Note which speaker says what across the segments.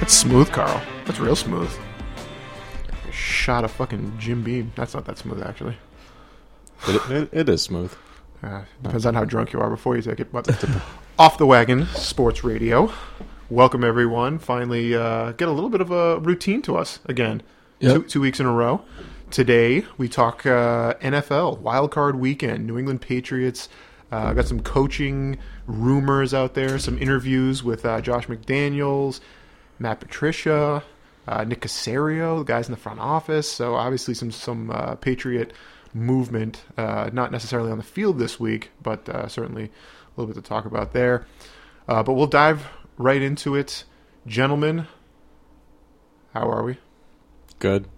Speaker 1: That's smooth, Carl. That's real smooth. Shot a fucking Jim Beam. That's not that smooth, actually.
Speaker 2: It, it, it is smooth.
Speaker 1: Uh, depends on how drunk you are before you take it. But off the wagon, sports radio. Welcome everyone. Finally, uh, get a little bit of a routine to us again.
Speaker 2: Yep.
Speaker 1: Two, two weeks in a row. Today we talk uh, NFL Wild Card Weekend, New England Patriots. Uh, got some coaching rumors out there. Some interviews with uh, Josh McDaniels, Matt Patricia, uh, Nick Casario, the guys in the front office. So obviously some some uh, Patriot movement, uh, not necessarily on the field this week, but uh, certainly a little bit to talk about there. Uh, but we'll dive right into it, gentlemen. How are we?
Speaker 2: Good.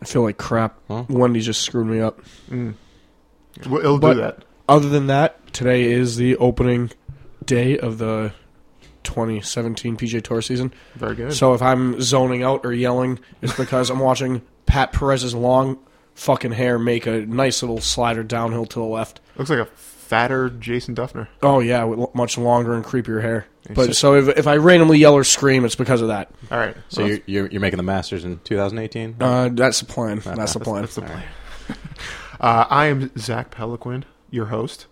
Speaker 3: I feel like crap.
Speaker 2: Huh?
Speaker 3: Wendy just screwed me up.
Speaker 1: Well, It'll
Speaker 3: But-
Speaker 1: do that.
Speaker 3: Other than that, today is the opening day of the 2017 PJ Tour season.
Speaker 1: Very good.
Speaker 3: So if I'm zoning out or yelling, it's because I'm watching Pat Perez's long fucking hair make a nice little slider downhill to the left.
Speaker 1: Looks like a fatter Jason Duffner.
Speaker 3: Oh yeah, with lo- much longer and creepier hair.
Speaker 1: see.
Speaker 3: But so if, if I randomly yell or scream, it's because of that.
Speaker 1: All right.
Speaker 2: So
Speaker 1: Well,
Speaker 2: you're, you're you're making the Masters in 2018.
Speaker 3: Uh, that's the plan. That's the plan.
Speaker 1: that's the plan. Uh, I am Zach Peliquin, your host.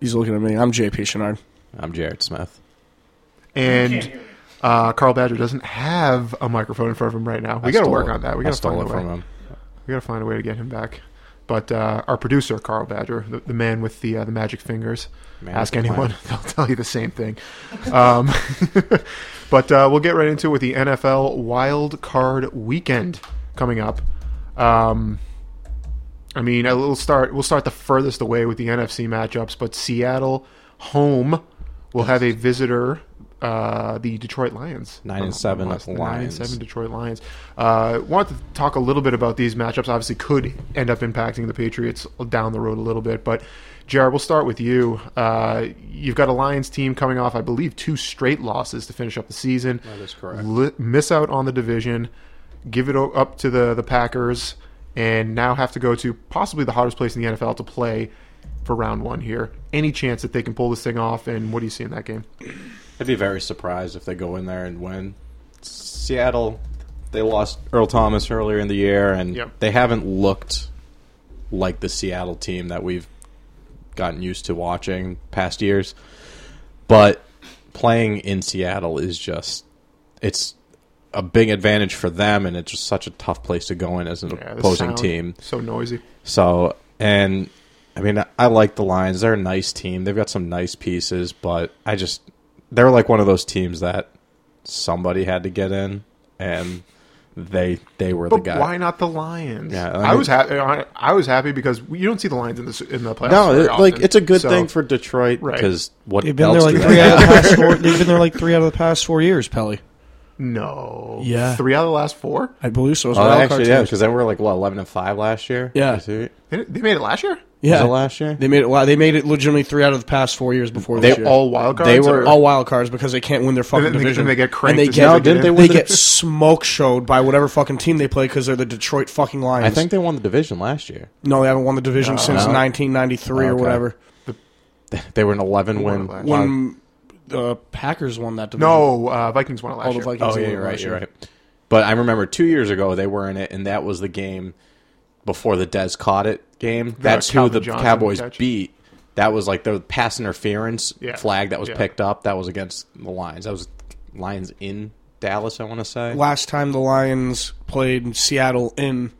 Speaker 3: He's looking at me. I'm JP Chenard.
Speaker 2: I'm Jared Smith.
Speaker 1: And uh, Carl Badger doesn't have a microphone in front of him right now. We
Speaker 2: I
Speaker 1: got to
Speaker 2: stole
Speaker 1: work
Speaker 2: it.
Speaker 1: on that. We
Speaker 2: I
Speaker 1: got to
Speaker 2: stole
Speaker 1: find
Speaker 2: it
Speaker 1: a way.
Speaker 2: from him.
Speaker 1: We got to find a way to get him back. But uh, our producer, Carl Badger, the, the man with the uh, the magic fingers,
Speaker 2: Man
Speaker 1: ask
Speaker 2: with the
Speaker 1: anyone, they'll tell you the same thing. Um, but uh, we'll get right into it with the NFL Wild Card Weekend coming up. Um, I mean, I- we'll start we'll start the furthest away with the NFC matchups, but Seattle home will have a visitor, uh, the Detroit Lions,
Speaker 2: Nine and seven
Speaker 1: Unless the Nine and
Speaker 2: Lions.
Speaker 1: seven Detroit Lions. Uh, wanted to talk a little bit about these matchups. Obviously, could end up impacting the Patriots down the road a little bit. But Jared, we'll start with you. Uh, you've got a Lions team coming off, I believe, two straight losses to finish up the season.
Speaker 2: That is correct.
Speaker 1: Li- miss out on the division, give it o- up to the the Packers, and now have to go to possibly the hottest place in the NFL to play for round one here. Any chance that they can pull this thing off? And what do you see in that game?
Speaker 2: I'd be very surprised if they go in there and win. Seattle, they lost Earl Thomas earlier in the year, and
Speaker 1: Yep.
Speaker 2: they haven't looked like the Seattle team that we've gotten used to watching past years. But playing in Seattle is just it's a big advantage for them, and it's just such a tough place to go in as an
Speaker 1: Yeah, the
Speaker 2: opposing
Speaker 1: sound,
Speaker 2: team.
Speaker 1: so noisy.
Speaker 2: So, and I mean, I like the Lions. They're a nice team. They've got some nice pieces, but I just they're like one of those teams that somebody had to get in, and they they were the
Speaker 1: But
Speaker 2: guy.
Speaker 1: why not the Lions?
Speaker 2: Yeah, I
Speaker 1: I,
Speaker 2: mean-
Speaker 1: was happy. I I was happy because you don't see the Lions in the s- in the playoffs.
Speaker 2: No,
Speaker 1: very
Speaker 2: it, like
Speaker 1: often.
Speaker 2: it's a good
Speaker 1: So,
Speaker 2: thing for Detroit
Speaker 1: Right.
Speaker 2: because what
Speaker 3: They've been
Speaker 2: else
Speaker 3: there like
Speaker 2: do
Speaker 3: three
Speaker 2: they
Speaker 3: out
Speaker 2: have?
Speaker 3: of the past four. They've been there like three out of the past four years, Pelly.
Speaker 1: No,
Speaker 3: Yeah.
Speaker 1: three out of the last four.
Speaker 3: I believe so. It's
Speaker 2: Oh,
Speaker 3: wild
Speaker 2: actually,
Speaker 3: card
Speaker 2: yeah,
Speaker 3: teams.
Speaker 2: because they were like what eleven and five last year.
Speaker 3: Yeah.
Speaker 2: Is it-
Speaker 1: They, they made it last year.
Speaker 3: Yeah,
Speaker 2: was it last year?
Speaker 3: they made it. They made it legitimately three out of the past four years before
Speaker 2: They
Speaker 3: this year.
Speaker 1: All wild cards.
Speaker 2: They were-
Speaker 1: or-
Speaker 3: all wild cards because they can't win their
Speaker 1: And
Speaker 3: fucking
Speaker 1: then they-
Speaker 3: division.
Speaker 1: and they get cranked
Speaker 3: And
Speaker 1: as
Speaker 3: they get,
Speaker 1: soon as
Speaker 2: No, didn't they
Speaker 3: they,
Speaker 2: win the-
Speaker 3: get smoke showed by whatever fucking team they play because they're the Detroit fucking Lions.
Speaker 2: I think they won the division last year.
Speaker 3: no, they haven't won the division
Speaker 1: No.
Speaker 3: since
Speaker 2: No.
Speaker 3: 1993 or
Speaker 2: Okay.
Speaker 3: whatever
Speaker 2: They were an eleven win.
Speaker 1: Won last
Speaker 2: wild-
Speaker 3: when the Packers won that division.
Speaker 1: no, uh, Vikings won it last
Speaker 3: all the
Speaker 1: year.
Speaker 3: Vikings.
Speaker 2: Oh yeah,
Speaker 3: won
Speaker 2: you're right.
Speaker 3: last
Speaker 2: You're
Speaker 3: year.
Speaker 2: right. But I remember two years ago they were in it, and that was the game before the Des caught it game. That's who
Speaker 1: Calvin
Speaker 2: the
Speaker 1: Johnson
Speaker 2: Cowboys
Speaker 1: catch.
Speaker 2: beat. That was like the pass interference
Speaker 1: Yeah.
Speaker 2: flag that was
Speaker 1: Yeah.
Speaker 2: picked up. That was against the Lions. That was Lions in Dallas. I want to say.
Speaker 3: Last time the Lions played Seattle in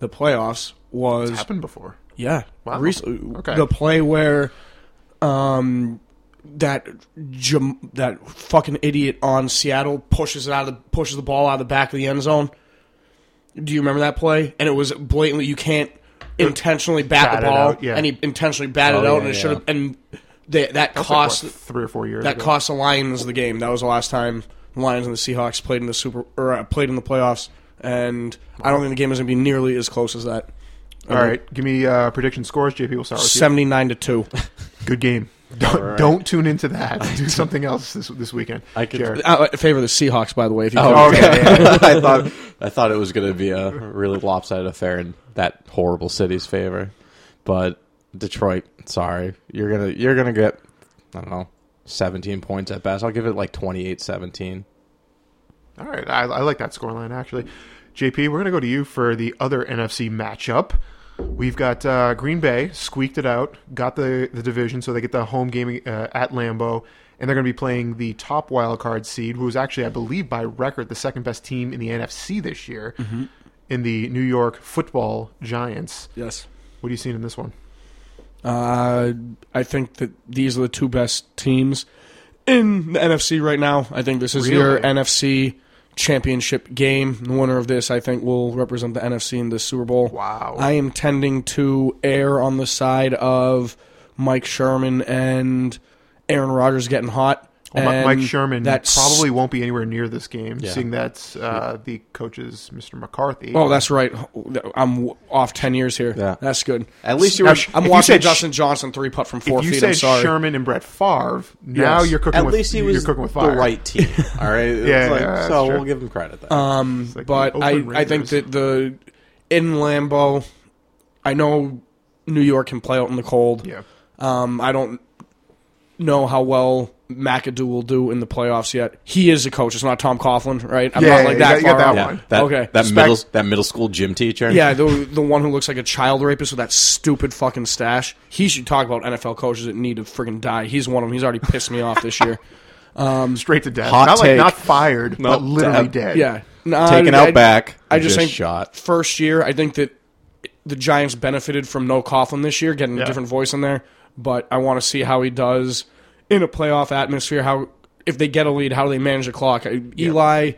Speaker 3: the playoffs
Speaker 1: It's
Speaker 3: was
Speaker 1: happened before.
Speaker 3: Yeah.
Speaker 1: Wow.
Speaker 3: Recently,
Speaker 1: Okay.
Speaker 3: The play where um, that Jam- that fucking idiot on Seattle pushes it out of the, pushes the ball out of the back of the end zone. Do you remember that play? And it was blatantly you can't intentionally bat,
Speaker 1: Bat
Speaker 3: the
Speaker 1: it
Speaker 3: ball,
Speaker 1: out, yeah.
Speaker 3: and he intentionally
Speaker 2: Oh,
Speaker 3: batted it out,
Speaker 2: yeah,
Speaker 3: and it
Speaker 2: yeah.
Speaker 3: should have. And they, that
Speaker 1: It's like, what,
Speaker 3: cost
Speaker 1: three or four years.
Speaker 3: that
Speaker 1: ago.
Speaker 3: cost the Lions the game. That was the last time the Lions and the Seahawks played in the super or uh, played in the playoffs. And I don't think the game is going to be nearly as close as that.
Speaker 1: All right, give me uh, prediction scores. JP, we'll start with you.
Speaker 3: seventy nine to two.
Speaker 1: Good game. Don't,
Speaker 2: right.
Speaker 1: don't tune into that. Do something else this this weekend.
Speaker 2: I could-
Speaker 1: Jared.
Speaker 3: I I Uh, favor the Seahawks, by the way. If you
Speaker 1: Oh,
Speaker 3: could.
Speaker 1: okay. yeah, yeah.
Speaker 2: I thought I thought it was going to be a really lopsided affair in that horrible city's favor, but Detroit, sorry, you're gonna you're gonna get I don't know seventeen points at best. I'll give it like 28-17.
Speaker 1: All right, I, I like that scoreline actually. JP, we're going to go to you for the other NFC matchup. We've got uh, Green Bay squeaked it out, got the, the division, so they get the home game uh, at Lambeau, and they're going to be playing the top wild card seed, who is actually, I believe, by record, the second best team in the NFC this year,
Speaker 3: Mm-hmm.
Speaker 1: in the New York Football Giants.
Speaker 3: Yes.
Speaker 1: What are you seeing in this one?
Speaker 3: Uh, I think that these are the two best teams in the NFC right now. I think this is your
Speaker 1: Really?
Speaker 3: NFC championship game. The winner of this, I think, will represent the NFC in the Super Bowl.
Speaker 1: Wow.
Speaker 3: I am tending to err on the side of Mike Sherman and Aaron Rodgers getting hot.
Speaker 1: Well, Mi-
Speaker 3: and
Speaker 1: Mike Sherman
Speaker 3: that's-
Speaker 1: probably won't be anywhere near this game,
Speaker 2: Yeah.
Speaker 1: seeing that uh, the coach is Mr. McCarthy.
Speaker 3: Oh, that's right. I'm w- off ten years here.
Speaker 2: Yeah.
Speaker 3: that's good.
Speaker 2: At least you
Speaker 1: Now,
Speaker 2: were.
Speaker 1: sh- If
Speaker 3: I'm
Speaker 1: you
Speaker 3: watching
Speaker 1: said sh-
Speaker 3: Justin Johnson three putt from four
Speaker 1: if you
Speaker 3: feet.
Speaker 1: said
Speaker 3: I'm sorry.
Speaker 1: Sherman and Brett Favre, now
Speaker 3: Yes.
Speaker 1: you're cooking.
Speaker 2: At
Speaker 1: with,
Speaker 2: least he was
Speaker 1: you're cooking with fire.
Speaker 2: the right team. All right. It's
Speaker 1: Yeah,
Speaker 2: like-
Speaker 1: yeah, that's
Speaker 2: so
Speaker 1: true.
Speaker 2: we'll give him credit. Then.
Speaker 3: Um,
Speaker 1: like
Speaker 3: but
Speaker 1: the
Speaker 3: I,
Speaker 1: Oakland
Speaker 3: I
Speaker 1: Raiders.
Speaker 3: think that the in Lambeau, I know New York can play out in the cold.
Speaker 1: Yeah.
Speaker 3: Um, I don't know how well McAdoo will do in the playoffs yet. He is a coach. It's not Tom Coughlin, right? I'm
Speaker 1: Yeah,
Speaker 3: not like
Speaker 1: you
Speaker 3: that
Speaker 1: got- you got
Speaker 3: far out.
Speaker 1: that
Speaker 2: yeah,
Speaker 1: one.
Speaker 2: that,
Speaker 3: Okay.
Speaker 2: That
Speaker 3: Spec-
Speaker 2: middle that middle school gym teacher.
Speaker 3: Yeah, the the one who looks like a child rapist with that stupid fucking stash. He should talk about NFL coaches that need to freaking die. He's one of them. He's already pissed me off this year.
Speaker 1: straight to death.
Speaker 2: Hot
Speaker 1: not
Speaker 2: take.
Speaker 1: like not fired,
Speaker 2: Nope,
Speaker 1: but literally
Speaker 2: dead.
Speaker 1: dead.
Speaker 3: uh, Yeah, Nah,
Speaker 2: taken
Speaker 3: I-
Speaker 2: out back.
Speaker 3: I just, think
Speaker 2: shot.
Speaker 3: first year. I think that the Giants benefited from no Coughlin this year, getting
Speaker 1: Yeah.
Speaker 3: a different voice in there. But I want to see how he does in a playoff atmosphere. How if they get a lead, how do they manage the clock? I- Eli,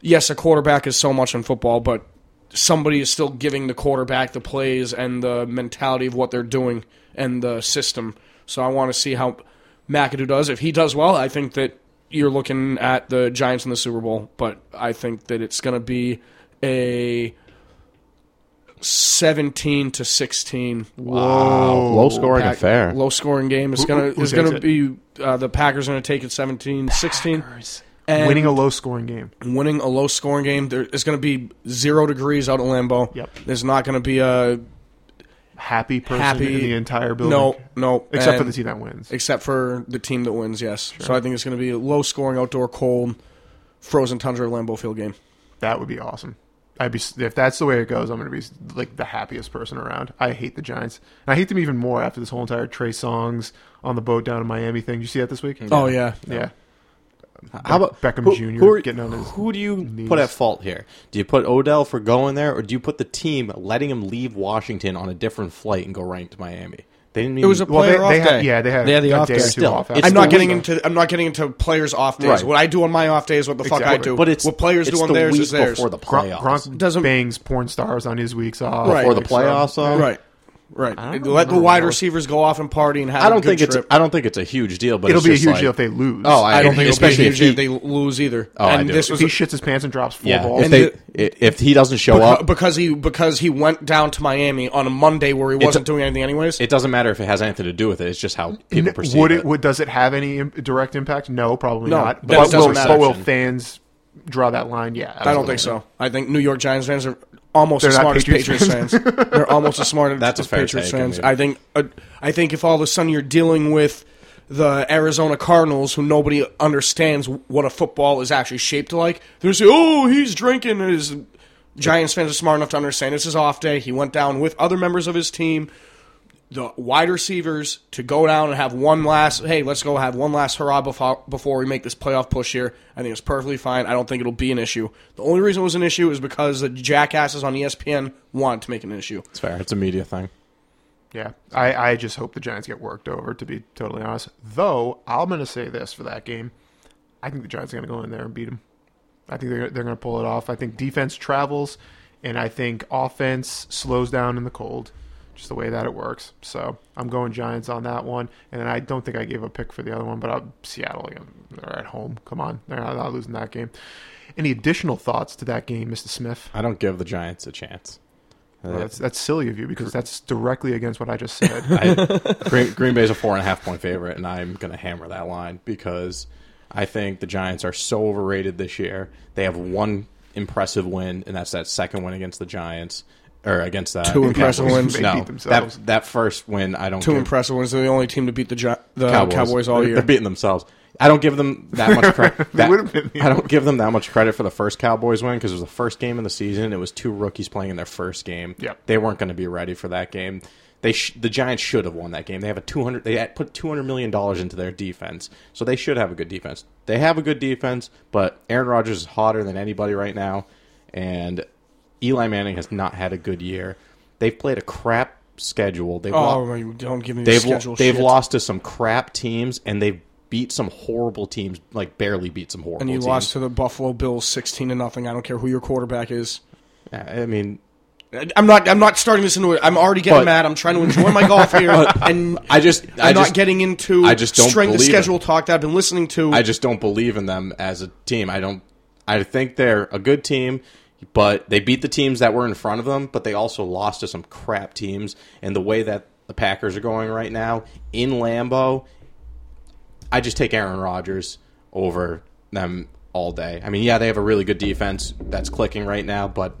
Speaker 3: yes, a quarterback is so much in football, but somebody is still giving the quarterback the plays and the mentality of what they're doing and the system. So I want to see how McAdoo does. If he does well, I think that you're looking at the Giants in the Super Bowl. But I think that it's going to be a 17 to 16
Speaker 1: Whoa.
Speaker 2: Low scoring
Speaker 3: pack-
Speaker 2: affair.
Speaker 3: low scoring game. It's
Speaker 1: Who-
Speaker 3: gonna
Speaker 1: who
Speaker 3: it's gonna
Speaker 1: takes
Speaker 3: be uh, the Packers are gonna take it 17 16 and
Speaker 1: Winning a low scoring game.
Speaker 3: winning a low scoring game. There, it's gonna be zero degrees out of Lambeau.
Speaker 1: Yep.
Speaker 3: There's not gonna be a
Speaker 1: Happy person
Speaker 3: Happy-
Speaker 1: in the entire building.
Speaker 3: no no
Speaker 1: Except for
Speaker 3: and-
Speaker 1: the team that wins.
Speaker 3: except for the team that wins. Yes. So I think it's gonna be a low scoring outdoor cold frozen tundra Lambeau Field game.
Speaker 1: That would be awesome. I'd be s- if that's the way it goes. I'm going to be like the happiest person around. I hate the Giants, and I hate them even more after this whole entire Trey Songs on the boat down in Miami thing. You see that this week?
Speaker 3: Oh yeah.
Speaker 1: yeah.
Speaker 2: How about
Speaker 1: Beckham
Speaker 2: who-
Speaker 1: Jr.
Speaker 2: Who, are-
Speaker 1: getting on his
Speaker 2: who do you
Speaker 1: knees.
Speaker 2: put at fault here? Do you put Odell for going there, or do you put the team letting him leave Washington on a different flight and go right to Miami? They didn't. Even,
Speaker 3: It was a
Speaker 1: Well,
Speaker 3: player
Speaker 1: they-
Speaker 3: off
Speaker 1: they had-
Speaker 3: day.
Speaker 1: yeah, they had
Speaker 3: they had the
Speaker 1: a
Speaker 3: off
Speaker 1: day
Speaker 3: day.
Speaker 1: or two
Speaker 2: Still,
Speaker 1: off
Speaker 2: it's
Speaker 1: after.
Speaker 3: I'm
Speaker 2: the
Speaker 3: not getting
Speaker 2: week.
Speaker 3: into I'm not getting into players off days.
Speaker 2: Right.
Speaker 3: What I do on my off day is what the fuck I
Speaker 1: Exactly.
Speaker 3: do.
Speaker 2: But it's
Speaker 3: what players
Speaker 2: it's
Speaker 3: do on
Speaker 2: the
Speaker 3: theirs
Speaker 2: week
Speaker 3: is theirs.
Speaker 2: before the
Speaker 1: Gronk,
Speaker 2: playoffs.
Speaker 1: Gronk
Speaker 3: Doesn't-
Speaker 1: bangs porn stars on his weeks off uh,
Speaker 3: Right.
Speaker 2: before the
Speaker 1: Like, so-
Speaker 2: playoffs. on.
Speaker 3: Right. Right.
Speaker 1: I don't
Speaker 3: Let the
Speaker 1: remember
Speaker 3: wide
Speaker 1: what-
Speaker 3: receivers go off and party and have
Speaker 2: I don't
Speaker 3: a good
Speaker 2: think it's.
Speaker 3: trip.
Speaker 2: I don't think it's a huge deal, but
Speaker 1: It'll
Speaker 2: it's
Speaker 1: be a
Speaker 2: just
Speaker 1: huge
Speaker 2: like-
Speaker 1: deal if they lose.
Speaker 2: Oh, I,
Speaker 3: I don't think it'll be
Speaker 2: especially
Speaker 3: huge
Speaker 2: if
Speaker 3: if
Speaker 2: he,
Speaker 3: they lose either.
Speaker 2: Oh, I
Speaker 3: and
Speaker 2: do.
Speaker 3: this
Speaker 2: If
Speaker 1: if
Speaker 3: was
Speaker 1: he
Speaker 3: a-
Speaker 1: shits his pants and drops four
Speaker 2: yeah,
Speaker 1: balls,
Speaker 2: if they,
Speaker 3: And
Speaker 2: if he doesn't show
Speaker 3: beca-
Speaker 2: up,
Speaker 3: because he because he went down to Miami on a Monday where he wasn't doing anything anyways.
Speaker 2: it doesn't matter if it has anything to do with it. It's just how people
Speaker 1: N-
Speaker 2: perceive
Speaker 1: would
Speaker 2: it.
Speaker 1: it, would does it have any im- direct impact? No, probably
Speaker 3: No,
Speaker 1: not.
Speaker 3: that
Speaker 1: But
Speaker 3: doesn't
Speaker 1: will,
Speaker 3: matter.
Speaker 1: but will fans draw that line? Yeah,
Speaker 3: I don't think so. I think New York Giants fans are almost as
Speaker 1: They're not
Speaker 3: smart
Speaker 1: Patriots
Speaker 3: as Patriots fans. They're almost as smart
Speaker 2: That's a
Speaker 3: as
Speaker 2: fair
Speaker 3: Patriots
Speaker 2: take, I
Speaker 3: fans.
Speaker 2: mean.
Speaker 3: I think uh, I think if all of a sudden you're dealing with the Arizona Cardinals, who nobody understands what a football is actually shaped like, they're saying, "Oh, he's drinking." And his Giants fans are smart enough to understand this is off day. He went down with other members of his team. the wide receivers to go down and have one last hey let's go have one last hurrah before, before we make this playoff push here i think it's perfectly fine i don't think it'll be an issue the only reason it was an issue is because the jackasses on E espn wanted to make it an issue
Speaker 2: It's fair. It's a media thing.
Speaker 1: Yeah, I, I just hope the Giants get worked over. To be totally honest, though, I'm going to say this for that game: I think the Giants are going to go in there and beat them. I think they're they're going to pull it off. I think defense travels, and I think offense slows down in the cold, just the way that it works. So I'm going Giants on that one, and then I don't think I gave a pick for the other one, but i Seattle. you know, They're at home. Come on, they're not, not losing that game. Any additional thoughts to that game, Mr. Smith?
Speaker 2: I don't give the Giants a chance. Uh,
Speaker 1: That's that's silly of you because that's directly against what I just said.
Speaker 2: I, Green, Green Bay's a four and a half point favorite, and I'm going to hammer that line because I think the Giants are so overrated this year. They have one impressive win, and that's that second win against the Giants or against uh, that
Speaker 3: Two impressive wins.
Speaker 1: They
Speaker 2: No,
Speaker 1: beat themselves.
Speaker 2: that that first win I don't
Speaker 3: two
Speaker 2: give-
Speaker 3: impressive ones they're the only team to beat the, Gi- the cowboys. all
Speaker 2: They're-
Speaker 3: year
Speaker 2: They're beating themselves. I don't give them that much credit.
Speaker 1: They would've been the
Speaker 2: I don't give them that much credit for the first Cowboys win because it was the first game of the season. It was two rookies playing in their first game.
Speaker 1: Yep.
Speaker 2: they weren't going to be ready for that game. They sh- the Giants should have won that game. They have a two hundred. They had put two hundred million dollars into their defense, so they should have a good defense. They have a good defense, but Aaron Rodgers is hotter than anybody right now, and Eli Manning has not had a good year. They've played a crap schedule. They
Speaker 3: Oh, my- don't give me
Speaker 2: They've lo-
Speaker 3: schedule
Speaker 2: they've
Speaker 3: shit.
Speaker 2: lost to some crap teams, and they've beat some horrible teams, like barely beat some horrible.
Speaker 3: And you
Speaker 2: teams.
Speaker 3: lost to the Buffalo Bills sixteen to nothing. I don't care who your quarterback is.
Speaker 2: I mean,
Speaker 3: I'm not. I'm not starting this into. it. I'm already getting
Speaker 2: But-
Speaker 3: mad. I'm trying to enjoy my golf here, and
Speaker 2: I just,
Speaker 3: I'm
Speaker 2: I
Speaker 3: not
Speaker 2: just,
Speaker 3: getting into.
Speaker 2: I just don't
Speaker 3: strength of
Speaker 2: believe
Speaker 3: schedule talk that I've been listening to.
Speaker 2: I just don't believe in them as a team. I don't. I think they're a good team, but they beat the teams that were in front of them. But they also lost to some crap teams. And the way that the Packers are going right now in Lambeau, I just take Aaron Rodgers over them all day. I mean, yeah, they have a really good defense that's clicking right now, but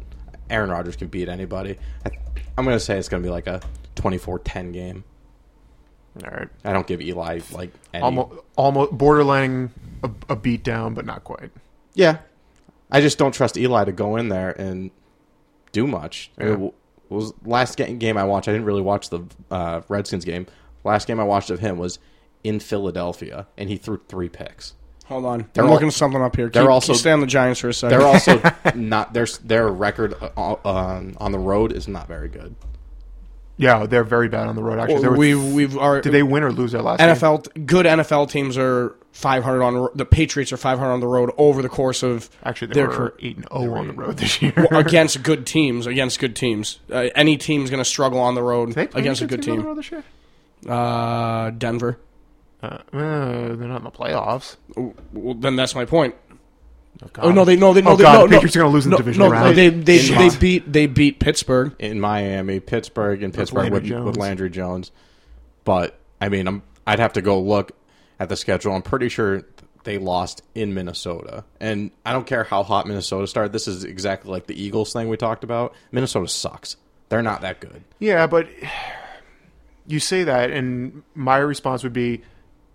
Speaker 2: Aaron Rodgers can beat anybody. I, I'm going to say it's going to be like a 24-10 game.
Speaker 1: All right.
Speaker 2: I don't give Eli like any
Speaker 1: Almost, almost borderlining a, a beat down, but not quite.
Speaker 2: Yeah, I just don't trust Eli to go in there and do much. I mean,
Speaker 1: Yeah.
Speaker 2: w- was last ga- game I watched. I didn't really watch the uh, Redskins game. Last game I watched of him was in Philadelphia, and he threw three picks.
Speaker 3: Hold on.
Speaker 2: They're
Speaker 3: I'm
Speaker 2: all-
Speaker 3: looking something up here.
Speaker 2: they're
Speaker 3: Keep,
Speaker 2: also-
Speaker 3: keep stay on the Giants for a second.
Speaker 2: They're also not their s- their record uh, on on the road is not very good.
Speaker 1: Yeah, they're very bad on the road. Actually, They were-
Speaker 3: we've we've our
Speaker 1: did they win or lose their last game?
Speaker 3: NFL good NFL teams are 500 on the Patriots are 500 on the road over the course of
Speaker 1: Actually, they
Speaker 3: their
Speaker 1: were
Speaker 3: career.
Speaker 1: eight and zero on the road this year.
Speaker 3: against good teams against good teams. Uh, any team's going to struggle on the road
Speaker 1: They played
Speaker 3: against a good
Speaker 1: on the
Speaker 3: team.
Speaker 1: road this year?
Speaker 3: Uh, Denver.
Speaker 1: Uh, uh, they're not in the playoffs.
Speaker 3: Well, then that's my point.
Speaker 1: God.
Speaker 3: Oh no, they no they no
Speaker 1: Oh,
Speaker 3: they
Speaker 1: God,
Speaker 3: no,
Speaker 1: the
Speaker 3: no,
Speaker 1: Patriots are gonna lose in the
Speaker 3: no,
Speaker 1: divisional
Speaker 3: no,
Speaker 1: round.
Speaker 3: They they, they,
Speaker 1: Shit.
Speaker 3: beat they beat Pittsburgh.
Speaker 2: in Miami, Pittsburgh, and
Speaker 1: Landry
Speaker 2: Pittsburgh with, with
Speaker 1: Jones.
Speaker 2: Landry Jones. But I mean, I'm, I'd have to go look at the schedule. I'm pretty sure they lost in Minnesota, and I don't care how hot Minnesota started. This is exactly like the Eagles thing we talked about. Minnesota sucks. They're not that good.
Speaker 1: Yeah, but you say that, and my response would be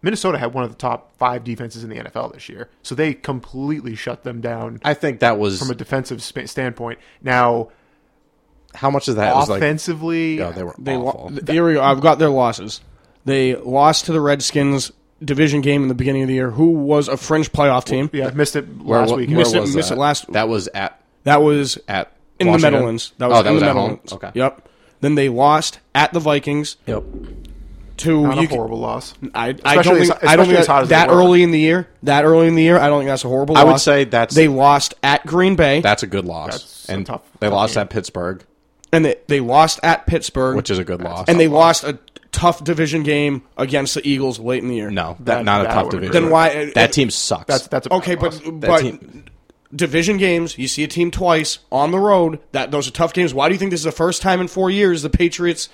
Speaker 1: Minnesota had one of the top five defenses in the NFL this year, so they completely shut them down
Speaker 2: I think that
Speaker 1: from
Speaker 2: was
Speaker 1: a defensive sp- standpoint. Now,
Speaker 2: how much of that was like.
Speaker 1: offensively,
Speaker 2: Oh, they were
Speaker 3: They
Speaker 2: awful.
Speaker 3: lo- here we go. I've got their losses. They lost to the Redskins division game in the beginning of the year, who was a fringe playoff team.
Speaker 1: yeah, missed it
Speaker 2: Where-
Speaker 1: last
Speaker 2: where
Speaker 1: week.
Speaker 3: missed it-
Speaker 2: was
Speaker 3: missed
Speaker 2: that?
Speaker 3: it last-
Speaker 2: That was at
Speaker 3: That was
Speaker 2: at
Speaker 3: in
Speaker 2: Washington?
Speaker 3: the Meadowlands. That was
Speaker 2: oh, that
Speaker 3: in
Speaker 2: was
Speaker 3: the
Speaker 2: at home.
Speaker 3: Meadowlands.
Speaker 2: Okay.
Speaker 3: Yep. Then they lost at the Vikings
Speaker 2: Yep.
Speaker 3: to
Speaker 1: Not
Speaker 3: you
Speaker 1: a
Speaker 3: can-
Speaker 1: horrible loss.
Speaker 3: I, I don't
Speaker 1: Especially as-
Speaker 3: think, I don't
Speaker 1: especially
Speaker 3: think
Speaker 1: as hot
Speaker 3: that,
Speaker 1: as they
Speaker 3: that
Speaker 1: were.
Speaker 3: early in the year. That early in the year, I don't think that's a horrible.
Speaker 2: I would
Speaker 3: loss.
Speaker 2: say that's-
Speaker 3: they lost at Green Bay
Speaker 2: That's a good loss.
Speaker 1: That's a
Speaker 2: and
Speaker 1: tough-
Speaker 2: they
Speaker 1: tough
Speaker 2: lost
Speaker 1: game.
Speaker 2: at Pittsburgh,
Speaker 3: and they, they lost at Pittsburgh,
Speaker 2: which is a good loss.
Speaker 3: and they lost a tough division game against the Eagles late in the year.
Speaker 2: No, that,
Speaker 1: That-
Speaker 2: not a
Speaker 1: that
Speaker 2: tough
Speaker 1: would agree.
Speaker 2: division.
Speaker 3: Then why uh,
Speaker 2: That team sucks.
Speaker 1: That's that's a bad
Speaker 3: Okay, but
Speaker 1: loss.
Speaker 3: but
Speaker 2: team-
Speaker 3: division games, you see a team twice on the road. That those are tough games. Why do you think this is the first time in four years the Patriots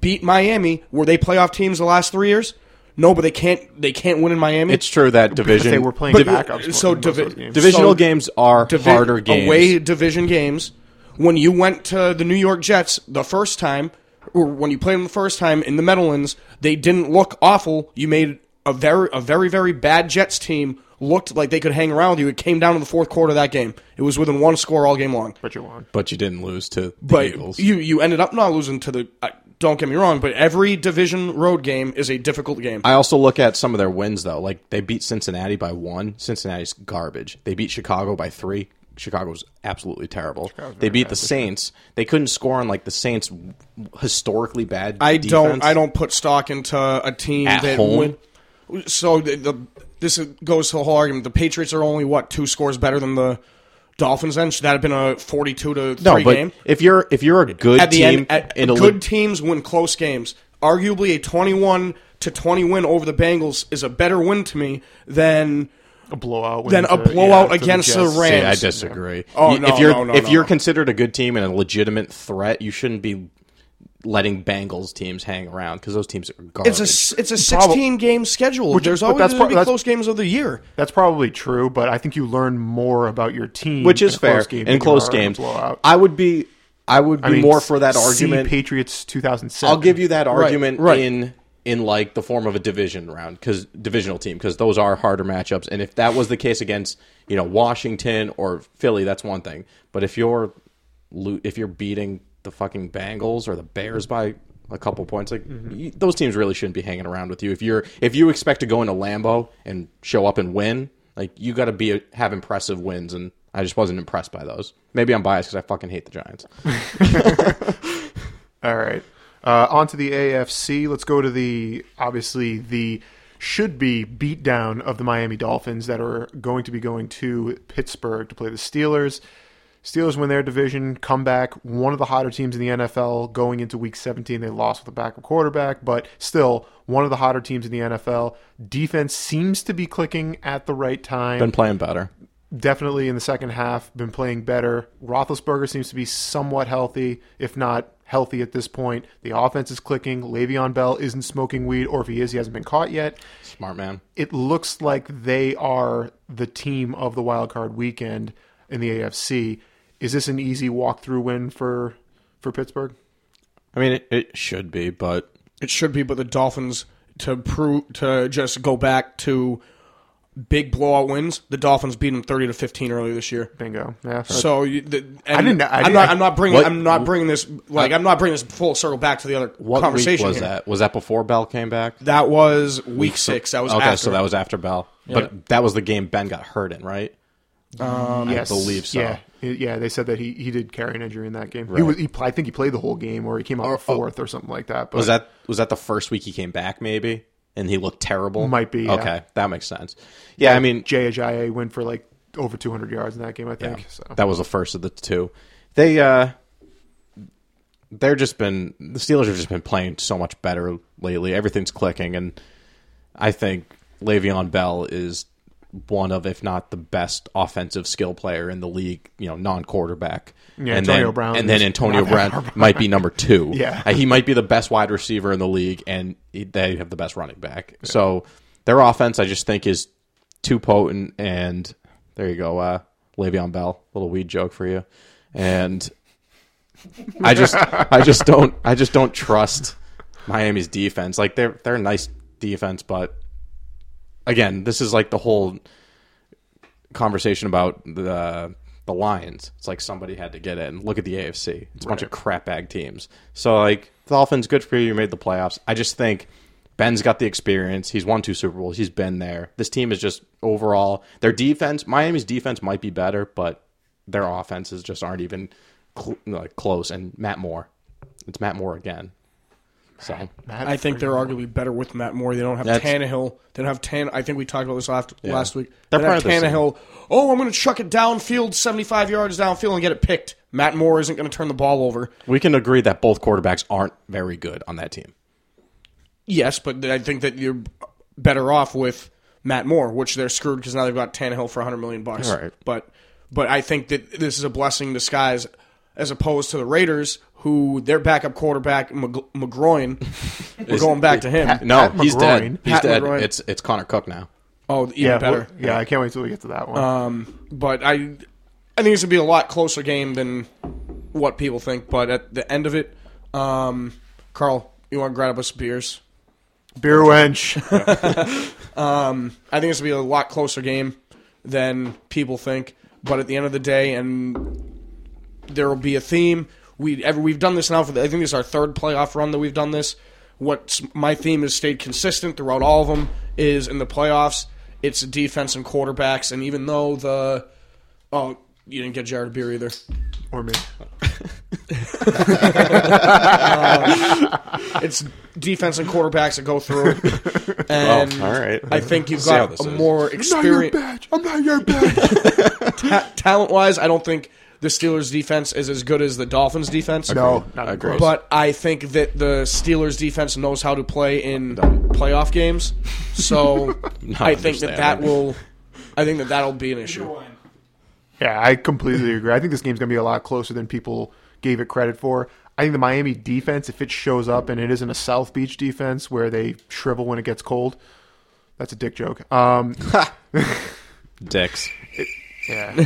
Speaker 3: beat Miami? Were they playoff teams the last three years? No, but they can't. They can't win in Miami.
Speaker 2: it's true that division.
Speaker 1: they were playing
Speaker 2: Div-
Speaker 1: backups.
Speaker 3: so
Speaker 1: in most of
Speaker 3: divi-
Speaker 1: those games.
Speaker 3: divi-
Speaker 2: divisional
Speaker 3: so-
Speaker 2: games are
Speaker 3: Divi-
Speaker 2: harder games.
Speaker 3: away division games. When you went to the New York Jets the first time, or when you played them the first time in the Meadowlands, they didn't look awful. You made a very, a very, very bad Jets team looked like they could hang around with you. It came down to the fourth quarter of that game. It was within one score all game long.
Speaker 1: but you won.
Speaker 2: but you didn't lose to the
Speaker 3: But
Speaker 2: Eagles.
Speaker 3: you you ended up not losing to the. Uh, don't get me wrong, but every division road game is a difficult game.
Speaker 2: I also look at some of their wins though. Like they beat Cincinnati by one. Cincinnati's garbage. They beat Chicago by three. Chicago's absolutely terrible. they beat the Saints. They couldn't score on like the Saints' historically bad.
Speaker 3: I don't.
Speaker 2: defense.
Speaker 3: I don't put stock into a team
Speaker 2: At
Speaker 3: that
Speaker 2: home?
Speaker 3: win. So the, the this is- goes to the whole argument. The Patriots are only what two scores better than the Dolphins. Then should that have been a forty-two to three
Speaker 2: No, but
Speaker 3: game?
Speaker 2: if you're if you're a good
Speaker 3: At the
Speaker 2: team
Speaker 3: end, at,
Speaker 2: in a
Speaker 3: good
Speaker 2: league-
Speaker 3: teams win close games. Arguably, a twenty-one to twenty win over the Bengals is a better win to me than
Speaker 1: A blowout. win
Speaker 3: Then a
Speaker 1: to- yeah,
Speaker 3: blowout
Speaker 1: to the
Speaker 3: against the
Speaker 1: Jets.
Speaker 3: Rams.
Speaker 2: See, I
Speaker 3: Rams.
Speaker 2: disagree.
Speaker 3: Oh,
Speaker 2: You-
Speaker 3: no,
Speaker 2: if you're
Speaker 3: no, no,
Speaker 2: if
Speaker 3: no.
Speaker 2: you're considered a good team and a legitimate threat, you shouldn't be letting Bengals teams hang around because those teams are garbage.
Speaker 3: it's a s- it's a sixteen-game schedule.
Speaker 1: Which-
Speaker 3: There's
Speaker 1: but
Speaker 3: always
Speaker 1: that's
Speaker 3: going to
Speaker 1: part-
Speaker 3: be
Speaker 1: that's-
Speaker 3: close games of the year.
Speaker 1: That's probably true, but I think you learn more about your team,
Speaker 2: which is
Speaker 1: in a
Speaker 2: fair
Speaker 1: close game than
Speaker 2: in
Speaker 1: you
Speaker 2: close
Speaker 1: are in a
Speaker 2: games.
Speaker 1: blowout.
Speaker 2: I would be I would be
Speaker 1: I mean,
Speaker 2: more for that
Speaker 1: see
Speaker 2: argument.
Speaker 1: Patriots 2007.
Speaker 2: I'll give you that argument
Speaker 3: right.
Speaker 2: in in like the form of a division round because divisional team because those are harder matchups. And if that was the case against you know Washington or Philly, that's one thing. But if you're lo- if you're beating the fucking Bengals or the Bears by a couple points, like you, those teams really shouldn't be hanging around with you. If you're if you expect to go into Lambeau and show up and win, like you got to be have impressive wins. And I just wasn't impressed by those. Maybe I'm biased because I fucking hate the Giants.
Speaker 1: All right. Uh, on to the AFC. Let's go to the obviously the should be beatdown of the Miami Dolphins that are going to be going to Pittsburgh to play the Steelers. Steelers win their division, come back, one of the hotter teams in the NFL going into week 17. They lost with a backup quarterback, but still one of the hotter teams in the NFL. Defense seems to be clicking at the right time
Speaker 2: Been playing better.
Speaker 1: definitely in the second half been playing better. Roethlisberger seems to be somewhat healthy, if not healthy at this point. The offense is clicking. Le'Veon Bell isn't smoking weed, or if he is, he hasn't been caught yet.
Speaker 2: Smart man.
Speaker 1: It looks like they are the team of the wild card weekend in the AFC. Is this an easy walkthrough win for for Pittsburgh?
Speaker 2: I mean, it, it should be, but
Speaker 3: It should be, but the Dolphins to prove to just go back to big blowout wins. The Dolphins beat them thirty to fifteen earlier this year.
Speaker 1: Bingo. Yeah.
Speaker 3: So you, the, and
Speaker 1: didn't- I
Speaker 3: am
Speaker 1: didn't-
Speaker 3: not. I'm not bringing.
Speaker 2: What-
Speaker 3: I'm not bringing this. Like I'm not bringing this full circle back to the other
Speaker 2: what
Speaker 3: conversation.
Speaker 2: week was
Speaker 3: here.
Speaker 2: that? Was that before Bell came back?
Speaker 3: That was week six. That was
Speaker 2: okay,
Speaker 3: after.
Speaker 2: so that was after Bell, but that was the game Ben got hurt in, right?
Speaker 1: yes,
Speaker 2: believe so.
Speaker 1: Yeah, yeah. They said that he, he did carry an injury in that game. He
Speaker 2: Right. oh.
Speaker 1: was he, pl- I think he played the whole game, or he came out in the fourth or something like that. But
Speaker 2: Was that was that the first week he came back? Maybe, and he looked terrible.
Speaker 1: Might be, yeah.
Speaker 2: Okay, that makes sense. Yeah, I mean,
Speaker 1: Jay Ajayi went for like over 200 yards in that game, I think.
Speaker 2: Yeah.
Speaker 1: So
Speaker 2: That was the first of the two. They uh they're just been the Steelers have just been playing so much better lately. Everything's clicking and I think Le'Veon Bell is one of, if not the best offensive skill player in the league, you know, non quarterback.
Speaker 1: Yeah,
Speaker 2: and
Speaker 1: Antonio
Speaker 2: then,
Speaker 1: Brown
Speaker 2: And then
Speaker 1: is
Speaker 2: Antonio Brown might be number two.
Speaker 1: Yeah.
Speaker 2: Uh, he might be the best wide receiver in the league, and he- they have the best running back. So their offense, I just think, is too potent. And there you go, uh, Le'Veon Bell, little weed joke for you. And I just, I just don't, I just don't trust Miami's defense. Like they're they're a nice defense, but again, this is like the whole conversation about the the Lions. It's like somebody had to get in. Look at the AFC. It's a bunch of crapbag teams. So like Dolphins, good for you. You made the playoffs. I just think Ben's got the experience. He's won two Super Bowls. He's been there. This team is just overall their defense. Miami's defense might be better, but their offenses just aren't even cl- like close. And Matt Moore, it's Matt Moore again. So
Speaker 1: Matt
Speaker 3: I think they're arguably better with Matt Moore. They don't have
Speaker 2: That's-
Speaker 3: Tannehill. They don't have Tan. I think we talked about this last last week.
Speaker 2: They're
Speaker 3: They don't have
Speaker 2: part of the
Speaker 3: Tannehill. Oh, I'm going to chuck it downfield, 75 yards downfield, and get it picked. Matt Moore isn't going to turn the ball over.
Speaker 2: we can agree that both quarterbacks aren't very good on that team.
Speaker 3: Yes, but I think that you're better off with Matt Moore, which they're screwed because now they've got Tannehill for 100 million bucks.
Speaker 2: Right.
Speaker 3: But but I think that this is a blessing in disguise, as opposed to the Raiders, who their backup quarterback Mc- McGroin. we're going back to him.
Speaker 2: No,
Speaker 1: Pat
Speaker 2: he's
Speaker 1: McGroin.
Speaker 2: dead. He's
Speaker 3: Pat
Speaker 2: dead.
Speaker 3: McGroin.
Speaker 2: It's it's Connor Cook now.
Speaker 3: Oh, even
Speaker 1: yeah,
Speaker 3: better. Uh,
Speaker 1: well, yeah, I can't wait till we get to that one.
Speaker 3: but I, I think it's gonna be a lot closer game than what people think. But at the end of it, um, Carl, you want to grab us beers?
Speaker 1: Beer wench.
Speaker 3: I think it's gonna be a lot closer game than people think. But at the end of the day, and there will be a theme. We ever we've done this now for the, I think this is our third playoff run that we've done this. What's my theme has stayed consistent throughout all of them is in the playoffs. It's defense and quarterbacks, and even though the oh you didn't get Jared a beer either.
Speaker 1: or me.
Speaker 3: it's defense and quarterbacks that go through. And
Speaker 2: Oh, all right.
Speaker 3: I think you've
Speaker 2: See how
Speaker 3: got
Speaker 2: this
Speaker 3: a
Speaker 2: is.
Speaker 3: more experience
Speaker 1: badge. I'm not your badge.
Speaker 3: talent wise. I don't think the Steelers defense is as good as the Dolphins defense.
Speaker 1: no, not
Speaker 2: Agreed.
Speaker 1: gross.
Speaker 3: But I think that the Steelers defense knows how to play in playoff games. So I think that that
Speaker 2: understanding.
Speaker 3: will I think that that'll be an issue.
Speaker 1: Yeah, I completely agree. I think this game's going to be a lot closer than people gave it credit for. I think the Miami defense, if it shows up and it isn't a South Beach defense where they shrivel when it gets cold, that's a dick joke. Um,
Speaker 2: Dicks.
Speaker 1: yeah.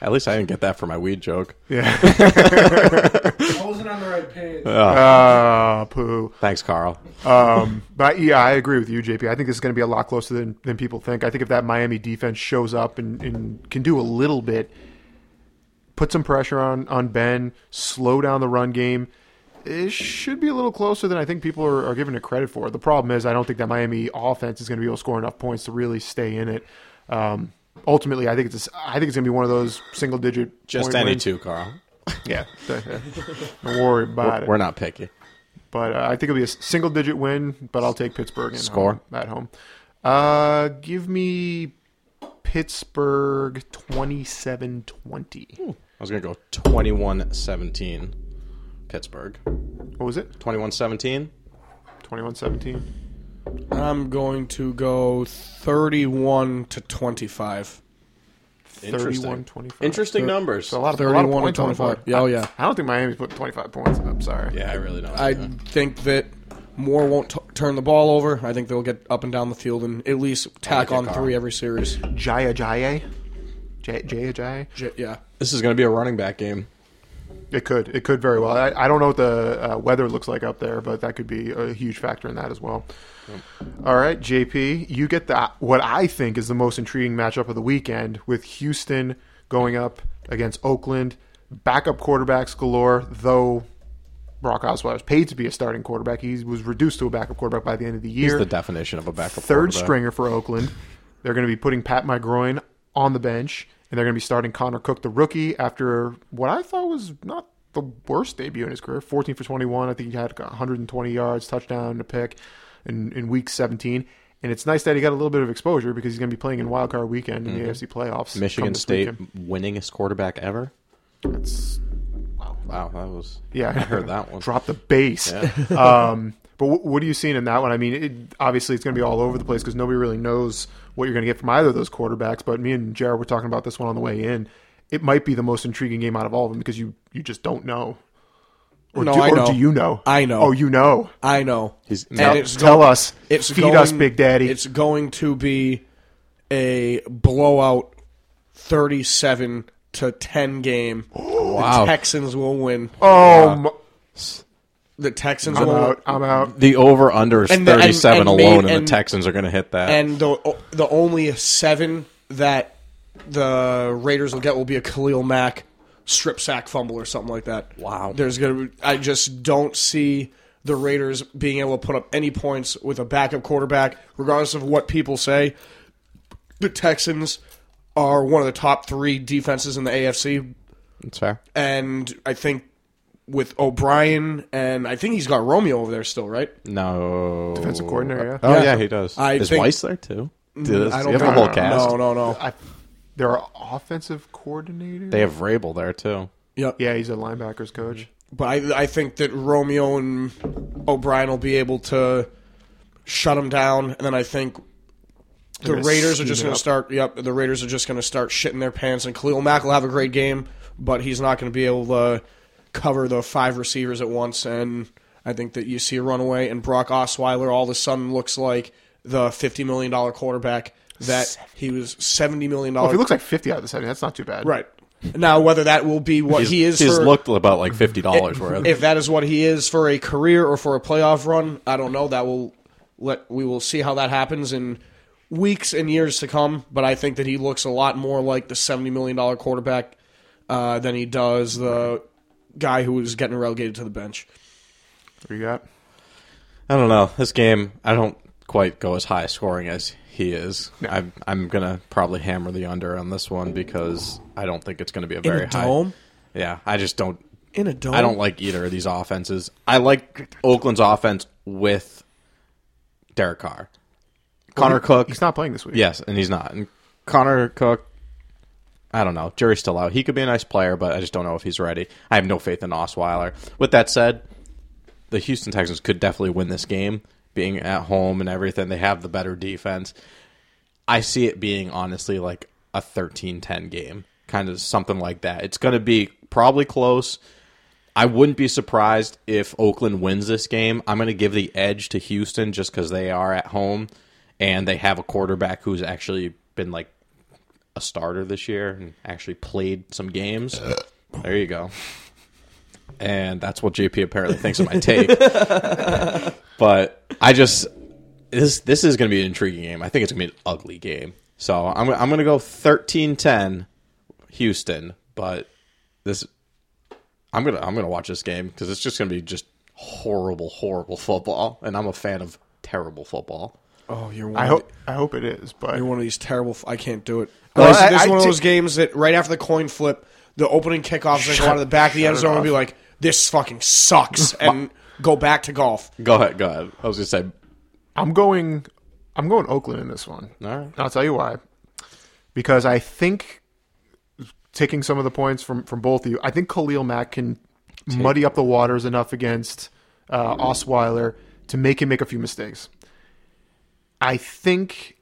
Speaker 2: At least I didn't get that for my weed joke.
Speaker 1: Yeah.
Speaker 4: I wasn't on the right page.
Speaker 2: Uh.
Speaker 1: Ah, poo.
Speaker 2: Thanks, Carl.
Speaker 1: Um, but yeah, I agree with you, JP. I think this is going to be a lot closer than, than people think. I think if that Miami defense shows up and, and can do a little bit, put some pressure on on Ben, slow down the run game, it should be a little closer than I think people are, are giving it credit for. The problem is, I don't think that Miami offense is going to be able to score enough points to really stay in it. Um, ultimately, I think it's a s I think it's going to be one of those single digit
Speaker 2: Just any two, Carl.
Speaker 1: Yeah, don't worry about it.
Speaker 2: We're not picky.
Speaker 1: But uh, I think it'll be a single digit win, but I'll take Pittsburgh in
Speaker 2: Score?
Speaker 1: home, at home. Uh, give me Pittsburgh 27 20.
Speaker 3: Hmm.
Speaker 2: I was going to go 21 17, Pittsburgh.
Speaker 1: What was it?
Speaker 2: 21 17?
Speaker 1: 21 17.
Speaker 3: I'm going to go 31 to 25.
Speaker 2: Interesting.
Speaker 1: 31 25.
Speaker 2: Interesting numbers.
Speaker 1: So a lot of, a lot of
Speaker 3: 31 to
Speaker 1: points on the
Speaker 3: 25.
Speaker 1: board.
Speaker 3: Yeah, oh, yeah.
Speaker 1: I don't think Miami's putting 25 points up. Sorry.
Speaker 2: yeah, I really don't.
Speaker 3: I
Speaker 2: Yeah.
Speaker 3: think that Moore won't t- turn the ball over. I think they'll get up and down the field and at least
Speaker 2: like
Speaker 3: tack
Speaker 2: it,
Speaker 3: on
Speaker 2: Carl.
Speaker 3: three every series.
Speaker 1: Jaya Jaya. Jaya Jaya. Jaya.
Speaker 3: J- yeah.
Speaker 2: This is going to be a running back game.
Speaker 1: It could. It could very well. I, I don't know what the uh, weather looks like up there, but that could be a huge factor in that as well. All right, JP, you get the what I think is the most intriguing matchup of the weekend with Houston going up against Oakland. Backup quarterbacks galore, though. Brock Osweiler was paid to be a starting quarterback. He was reduced to a backup quarterback by the end of the
Speaker 2: He's
Speaker 1: year.
Speaker 2: the definition of a backup.
Speaker 1: Third
Speaker 2: quarterback.
Speaker 1: stringer for Oakland. They're going to be putting Pat McGroin on the bench, and they're going to be starting Connor Cook, the rookie, after what I thought was not the worst debut in his career 14 for 21. I think he had 120 yards, touchdown, and a pick in, in week 17. And it's nice that he got a little bit of exposure because he's going to be playing in Wild Card Weekend in the AFC playoffs. come
Speaker 2: Mm-hmm. Michigan
Speaker 1: this
Speaker 2: State
Speaker 1: weekend.
Speaker 2: winningest quarterback ever.
Speaker 1: That's-
Speaker 2: Wow, that was
Speaker 1: Yeah,
Speaker 2: I heard that one.
Speaker 1: Drop the bass. um, but wh- what are you seeing in that one? I mean, it, obviously it's going to be all over the place because nobody really knows what you're going to get from either of those quarterbacks. But me and Jared were talking about this one on the way in. It might be the most intriguing game out of all of them because you you just don't know. Or,
Speaker 3: No,
Speaker 1: do,
Speaker 3: I
Speaker 1: or
Speaker 3: know.
Speaker 1: do you know?
Speaker 3: I know.
Speaker 1: Oh, you know.
Speaker 3: I know.
Speaker 2: He's-
Speaker 3: and
Speaker 2: Tell-
Speaker 3: it's
Speaker 1: Tell
Speaker 3: go-
Speaker 1: us.
Speaker 3: It's
Speaker 1: Feed
Speaker 3: going-
Speaker 1: us, Big Daddy.
Speaker 3: It's going to be a blowout 37 to 10 game.
Speaker 2: Wow.
Speaker 3: The Texans will win.
Speaker 1: oh, m-
Speaker 3: The Texans
Speaker 1: I'm
Speaker 3: will
Speaker 1: out. I'm
Speaker 3: mm-hmm.
Speaker 1: out.
Speaker 2: The over under is
Speaker 3: And the- and-
Speaker 2: 37
Speaker 3: and
Speaker 2: alone,
Speaker 3: made-
Speaker 2: and,
Speaker 3: and-
Speaker 2: the Texans are going to hit that.
Speaker 3: And the the only seven that the Raiders will get will be a Khalil Mack strip sack fumble or something like that.
Speaker 2: Wow.
Speaker 3: There's gonna be, I just don't see the Raiders being able to put up any points with a backup quarterback, regardless of what people say. The Texans are one of the top three defenses in the AFC,
Speaker 2: That's fair.
Speaker 3: and I think with O'Brien and I think he's got Romeo over there still, right?
Speaker 2: No.
Speaker 1: Defensive coordinator, yeah.
Speaker 2: Oh, yeah,
Speaker 3: Yeah.
Speaker 2: he does.
Speaker 3: I
Speaker 2: is
Speaker 3: think-
Speaker 2: Weiss there, too? Do this,
Speaker 3: I
Speaker 2: you have the
Speaker 3: think-
Speaker 2: whole cast?
Speaker 3: No, no, no.
Speaker 1: I, there are offensive coordinator.
Speaker 2: They have Rabel there, too.
Speaker 3: Yep.
Speaker 1: yeah, he's a linebackers coach.
Speaker 3: But I, I think that Romeo and O'Brien will be able to shut him down, and then I think the
Speaker 1: gonna
Speaker 3: Raiders are
Speaker 1: scheme
Speaker 3: just
Speaker 1: it
Speaker 3: going
Speaker 1: up.
Speaker 3: to start. Yep, the Raiders are just going to start shitting their pants, and Khalil Mack will have a great game, but he's not going to be able to cover the five receivers at once. And I think that you see a runaway, and Brock Osweiler all of a sudden looks like the fifty million dollar quarterback that he was seventy million
Speaker 1: Well, Oh, if
Speaker 3: dollars.
Speaker 1: he looks like 50 out of the 70, that's not too bad.
Speaker 3: right now, whether that will be what
Speaker 2: He's,
Speaker 3: he is,
Speaker 2: he's
Speaker 3: for,
Speaker 2: looked about like $50 worth.
Speaker 3: if that is what he is for a career or for a playoff run, I don't know. That will let we will see how that happens in weeks and years to come. But I think that he looks a lot more like the seventy million dollar quarterback uh, than he does the guy who was getting relegated to the bench.
Speaker 1: What do you got?
Speaker 2: I don't know. This game, I don't quite go as high scoring as he is. I'm, I'm going to probably hammer the under on this one because I don't think it's going to be a very high. Yeah, I just don't.
Speaker 3: in a dome.
Speaker 2: I don't like either of these offenses. I like Oakland's offense with Derek Carr. Connor Cook.
Speaker 1: He's not playing this week.
Speaker 2: Yes, and he's not. And Connor Cook, I don't know. Jury's still out. He could be a nice player, but I just don't know if he's ready. I have no faith in Osweiler. With that said, the Houston Texans could definitely win this game, being at home and everything. They have the better defense. I see it being honestly like a 13-10 game, kind of something like that. It's going to be probably close. I wouldn't be surprised if Oakland wins this game. I'm going to give the edge to Houston just because they are at home and they have a quarterback who's actually been like a starter this year and actually played some games. there you go. And that's what JP apparently thinks of my take. but I just this this is going to be an intriguing game. I think it's going to be an ugly game. So I'm I'm going to go 13-10 Houston, but this I'm gonna I'm gonna watch this game because it's just gonna be just horrible, horrible football, and I'm a fan of terrible football.
Speaker 3: Oh, you're one.
Speaker 1: I
Speaker 3: of
Speaker 1: hope I hope it is, but
Speaker 3: You're one of these terrible. F- I can't do it.
Speaker 1: Well,
Speaker 3: Like,
Speaker 1: I-
Speaker 3: this is
Speaker 1: I
Speaker 3: one of
Speaker 1: did-
Speaker 3: those games that right after the coin flip, the opening kickoffs, they go out of the back of the end
Speaker 1: shut it
Speaker 3: zone and be
Speaker 1: off.
Speaker 3: like, "This fucking sucks," and go back to golf.
Speaker 2: Go ahead, go ahead. I was gonna say,
Speaker 1: I'm going I'm going Oakland in this one.
Speaker 2: all right,
Speaker 1: I'll tell you why. Because I think taking some of the points from from both of you, I think Khalil Mack can muddy up the waters enough against uh, Osweiler to make him make a few mistakes. I think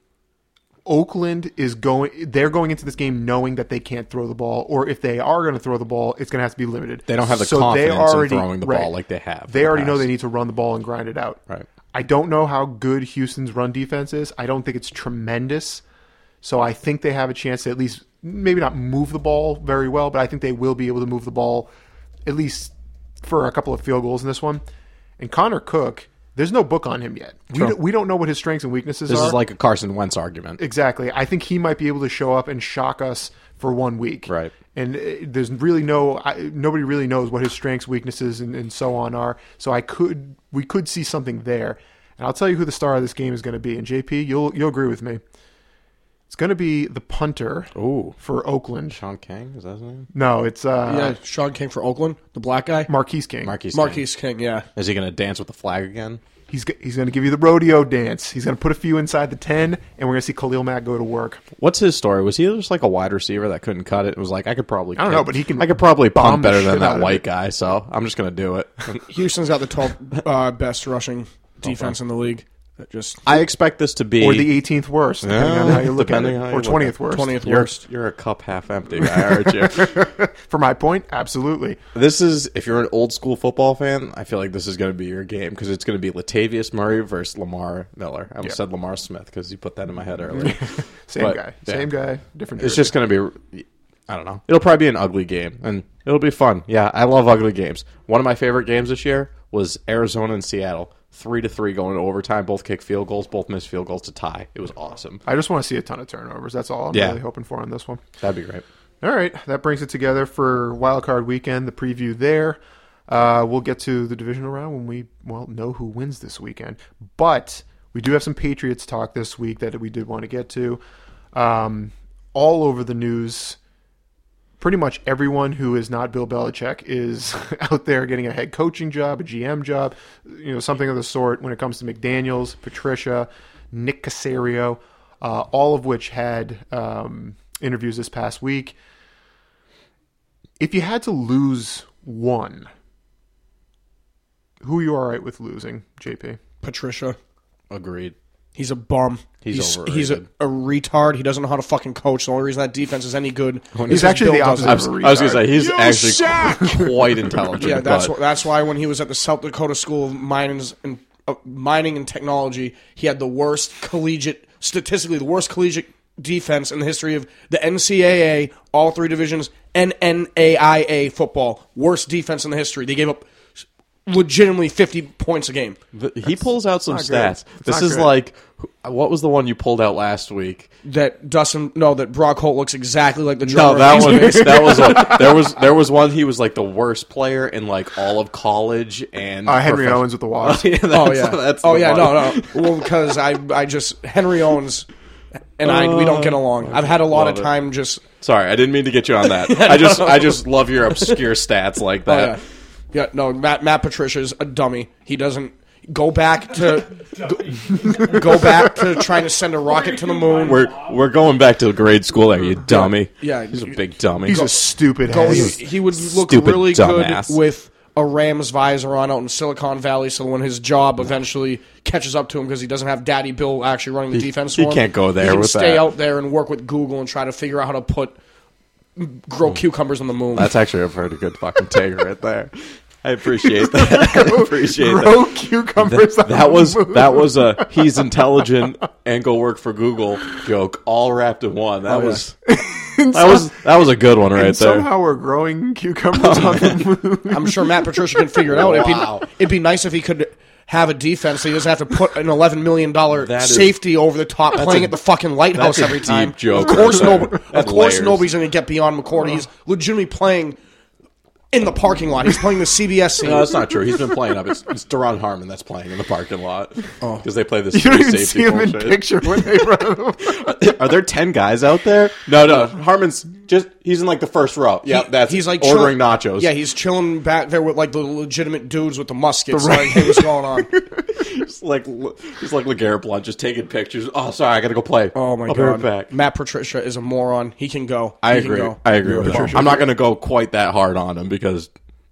Speaker 1: Oakland is going. They're going into this game knowing that they can't throw the ball, or if they are going to throw the ball, it's going to have to be limited.
Speaker 2: they don't have the
Speaker 1: So they
Speaker 2: confidence
Speaker 1: already-
Speaker 2: in throwing the
Speaker 1: right.
Speaker 2: ball like they have.
Speaker 1: They
Speaker 2: in the
Speaker 1: already know
Speaker 2: past.
Speaker 1: they need to run the ball and grind it out.
Speaker 2: Right.
Speaker 1: I don't know how good Houston's run defense is. I don't think it's tremendous. So I think they have a chance to at least maybe not move the ball very well, but I think they will be able to move the ball at least for a couple of field goals in this one. And Connor Cook, there's no book on him yet. We,
Speaker 2: True.
Speaker 1: don't- we don't know what his strengths and weaknesses
Speaker 2: This
Speaker 1: are.
Speaker 2: is like a Carson Wentz argument.
Speaker 1: Exactly. I think he might be able to show up and shock us for one week.
Speaker 2: Right.
Speaker 1: And uh, there's really no I, nobody really knows what his strengths, weaknesses, and, and so on are. So I could we could see something there. And I'll tell you who the star of this game is going to be. And JP, you'll you'll agree with me. It's going to be the punter
Speaker 2: Ooh,
Speaker 1: for Oakland.
Speaker 2: Sean King is that his name?
Speaker 1: No, it's uh,
Speaker 3: yeah, Sean King for Oakland, the black guy,
Speaker 1: Marquise King.
Speaker 2: Marquise. King.
Speaker 3: Marquise King. Yeah,
Speaker 2: Is he gonna dance with the flag again?
Speaker 1: He's g- he's going to give you the rodeo dance. He's going to put a few inside the ten, and we're going to see Khalil Mack go to work.
Speaker 2: What's his story? Was he just like a wide receiver that couldn't cut it? It was like I could probably.
Speaker 1: I don't
Speaker 2: kick-
Speaker 1: know, but he can
Speaker 2: I could probably
Speaker 1: bomb
Speaker 2: pump
Speaker 1: the
Speaker 2: better
Speaker 1: shit
Speaker 2: than
Speaker 1: out
Speaker 2: that
Speaker 1: of
Speaker 2: white
Speaker 1: it.
Speaker 2: guy, so I'm just gonna do it.
Speaker 3: Houston's got the 12th uh, best rushing defense in the league. That just
Speaker 2: I expect this to be
Speaker 1: Or the 18th worst, depending on
Speaker 2: Yeah,
Speaker 1: how you look at
Speaker 2: depending
Speaker 1: it,
Speaker 2: on how you
Speaker 1: or
Speaker 2: look at
Speaker 1: 20th
Speaker 2: it.
Speaker 1: worst.
Speaker 3: 20th
Speaker 2: You're,
Speaker 3: worst.
Speaker 2: you're a cup half empty guy, aren't you?
Speaker 1: For my point, absolutely.
Speaker 2: This is if you're an old school football fan, I feel like this is going to be your game because it's going to be Latavius Murray versus Lamar Miller. I almost
Speaker 1: Yeah.
Speaker 2: said Lamar Smith because you put that in my head earlier.
Speaker 1: Same
Speaker 2: But,
Speaker 1: guy,
Speaker 2: yeah.
Speaker 1: same guy, different.
Speaker 2: it's
Speaker 1: jersey.
Speaker 2: just going to be, I don't know. It'll probably be an ugly game and it'll be fun. Yeah, I love ugly games. One of my favorite games this year was Arizona and Seattle, three to three going to overtime. Both kick field goals, both missed field goals to tie. It was awesome.
Speaker 1: I just want to see a ton of turnovers. That's all I'm
Speaker 2: Yeah.
Speaker 1: really hoping for on this one.
Speaker 2: That'd be great.
Speaker 1: All right, that brings it together for Wild Card Weekend. The preview there. Uh, we'll get to the divisional round when we well know who wins this weekend. But we do have some Patriots talk this week that we did want to get to. Um, all over the news, pretty much everyone who is not Bill Belichick is out there getting a head coaching job, a GM job, you know, something of the sort when it comes to McDaniels, Patricia, Nick Casario, uh, all of which had um, interviews this past week. If you had to lose one, who are you all right with losing, JP?
Speaker 3: Patricia.
Speaker 2: Agreed.
Speaker 3: He's a bum.
Speaker 2: He's overrated.
Speaker 3: he's a, a retard. He doesn't know how to fucking coach. The only reason that defense is any good. is
Speaker 1: He's actually
Speaker 3: Bill
Speaker 1: the
Speaker 3: doesn't.
Speaker 1: opposite.
Speaker 2: I was, I was going to say he's
Speaker 3: You
Speaker 2: actually
Speaker 3: suck!
Speaker 2: quite intelligent.
Speaker 3: Yeah, that's
Speaker 2: but-
Speaker 3: wh- that's why when he was at the South Dakota School of Mines and uh, Mining and Technology, he had the worst collegiate, statistically the worst collegiate defense in the history of the NCAA, all three divisions, and NAIA football. Worst defense in the history. They gave up s- legitimately fifty points a game.
Speaker 2: The, he pulls out some
Speaker 1: not good.
Speaker 2: stats.
Speaker 1: It's
Speaker 2: This
Speaker 1: not
Speaker 2: is
Speaker 1: good.
Speaker 2: like what was the one you pulled out last week?
Speaker 3: That Dustin, no, that Brock Holt looks exactly like the drummer.
Speaker 2: No,
Speaker 3: of
Speaker 2: that
Speaker 3: these
Speaker 2: one.
Speaker 3: days.
Speaker 2: That was a, there was there was one. He was like the worst player in like all of college and
Speaker 1: Uh, Henry
Speaker 2: professional-
Speaker 1: Owens with the Wasps.
Speaker 2: yeah,
Speaker 3: Oh
Speaker 2: that's-
Speaker 3: yeah.
Speaker 2: that's
Speaker 3: oh
Speaker 2: the
Speaker 3: yeah.
Speaker 2: one.
Speaker 3: No, no. Well, because I, I just Henry Owens, and I we don't get along. I've had a lot
Speaker 2: Oh, love
Speaker 3: of
Speaker 2: it.
Speaker 3: time just.
Speaker 2: Sorry, I didn't mean to get you on that. I just I just love your obscure stats like
Speaker 3: Oh,
Speaker 2: that.
Speaker 3: yeah. Yeah. No, Matt Matt Patricia's a dummy. He doesn't go back to go, go back to trying to send a rocket to the moon.
Speaker 2: We're we're going back to grade school there, you dummy.
Speaker 3: Yeah.
Speaker 2: he's a big dummy.
Speaker 1: He's a stupid
Speaker 3: Go-
Speaker 1: head.
Speaker 3: he, he would look
Speaker 2: Stupid
Speaker 3: really
Speaker 2: dumbass.
Speaker 3: good with a Rams visor on out in Silicon Valley. So when his job eventually catches up to him because he doesn't have Daddy Bill actually running the defense,
Speaker 2: he
Speaker 3: for him,
Speaker 2: can't go there
Speaker 3: He can
Speaker 2: with
Speaker 3: stay
Speaker 2: that.
Speaker 3: out there and work with Google and try to figure out how to put grow cucumbers on the moon.
Speaker 2: that's actually a pretty good fucking take right there. I appreciate that. I appreciate that.
Speaker 1: Grow cucumbers.
Speaker 2: That,
Speaker 1: on
Speaker 2: that
Speaker 1: the
Speaker 2: was
Speaker 1: moon.
Speaker 2: that was a he's intelligent and go work for Google joke all wrapped in one. That
Speaker 3: yeah.
Speaker 2: was that was that was a good one right
Speaker 1: and
Speaker 2: there.
Speaker 1: somehow we're growing cucumbers on the moon.
Speaker 3: I'm sure Matt Patricia can figure it out. It'd,
Speaker 2: Wow.
Speaker 3: be, it'd be nice if he could have a defense so he doesn't have to put an $11 million
Speaker 2: That is-
Speaker 3: safety over the top playing
Speaker 2: a-
Speaker 3: at the fucking lighthouse
Speaker 2: that's a
Speaker 3: every
Speaker 2: deep
Speaker 3: time.
Speaker 2: joke
Speaker 3: Of course,
Speaker 2: right there.
Speaker 3: nobody, of
Speaker 2: That's
Speaker 3: course
Speaker 2: layers.
Speaker 3: nobody's going to get beyond McCord. He's legitimately playing in the parking lot. He's playing the CBS scene.
Speaker 2: No, that's not true. He's been playing up. It's, it's Daron Harmon that's playing in the parking lot because they play this.
Speaker 1: You don't
Speaker 2: free
Speaker 1: even
Speaker 2: safety
Speaker 1: see him in
Speaker 2: bullshit.
Speaker 1: picture when they run.
Speaker 2: Are there ten guys out there? No, no. Harmon's just he's in like the first row. Yeah, that's
Speaker 3: he's like
Speaker 2: ordering
Speaker 3: chill-
Speaker 2: nachos.
Speaker 3: Yeah, he's chilling back there with like the legitimate dudes with the muskets. like, hey, what's going on?
Speaker 2: he's like he's like Legarrette Blunt, just taking pictures. Oh, sorry, I gotta go play.
Speaker 3: Oh my
Speaker 2: I'll be
Speaker 3: god,
Speaker 2: right back.
Speaker 3: Matt Patricia is a moron. He can go.
Speaker 2: I
Speaker 3: He
Speaker 2: agree.
Speaker 3: Can go.
Speaker 2: I agree with
Speaker 1: Patricia.
Speaker 2: that. I'm not going to go quite that hard on him because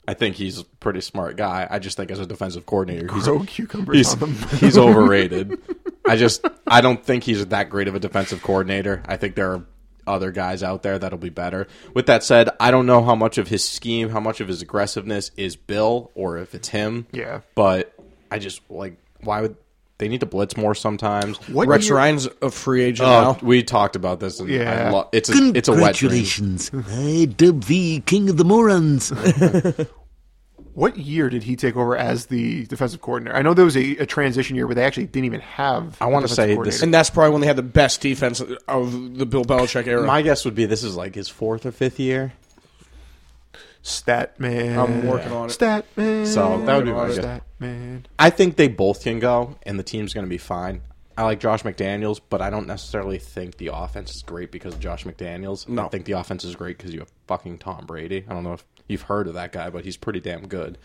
Speaker 2: I think he's a pretty smart guy. I just think as a defensive coordinator, he's
Speaker 1: Grow cucumbers
Speaker 2: he's,
Speaker 1: on the moon.
Speaker 2: he's overrated. I just I don't think he's that great of a defensive coordinator. I think there are other guys out there that'll be better. With that said, I don't know how much of his scheme, how much of his aggressiveness is Bill or if it's him.
Speaker 1: Yeah.
Speaker 2: But I just like why would they need to blitz more sometimes?
Speaker 1: What
Speaker 3: Rex
Speaker 1: year-
Speaker 3: Ryan's a free agent
Speaker 2: Oh,
Speaker 3: now.
Speaker 2: we talked about this. And
Speaker 1: Yeah.
Speaker 2: I lo- it's a it's a wet dream.
Speaker 5: Congratulations. I dub thee King of the Morons.
Speaker 1: What year did he take over as the defensive coordinator? I know there was a, a transition year where they actually didn't even have.
Speaker 2: I
Speaker 1: a
Speaker 2: wanna
Speaker 1: defensive
Speaker 2: say this-
Speaker 1: coordinator.
Speaker 3: And that's probably when they had the best defense of the Bill Belichick era.
Speaker 2: My guess would be this is like his fourth or fifth year.
Speaker 1: stat man.
Speaker 3: I'm working on it.
Speaker 1: Stat man.
Speaker 2: So that would be my guess.
Speaker 1: stat man.
Speaker 2: I think they both can go, and the team's going to be fine. I like Josh McDaniels, but I don't necessarily think the offense is great because of Josh McDaniels. I think the offense is great because you have fucking Tom Brady. I don't know if you've heard of that guy, but he's pretty damn good.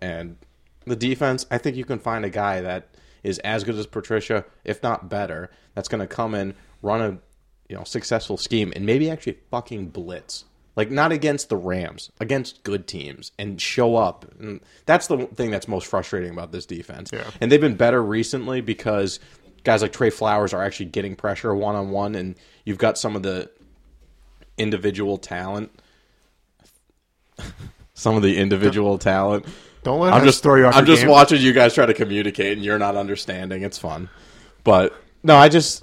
Speaker 2: And the defense, I think you can find a guy that is as good as Patricia, if not better, that's going to come in, run a you know successful scheme, and maybe actually fucking blitz. Like not against the Rams, against good teams, and show up. And that's the thing that's most frustrating about this defense. And they've been better recently because guys like Trey Flowers are actually getting pressure one on one, and you've got some of the individual talent. Some of the individual talent.
Speaker 1: Don't let
Speaker 2: I'm
Speaker 1: us
Speaker 2: just
Speaker 1: throw you off
Speaker 2: I'm
Speaker 1: your
Speaker 2: just
Speaker 1: game.
Speaker 2: watching you guys try to communicate, and you're not understanding. It's fun, but no, I just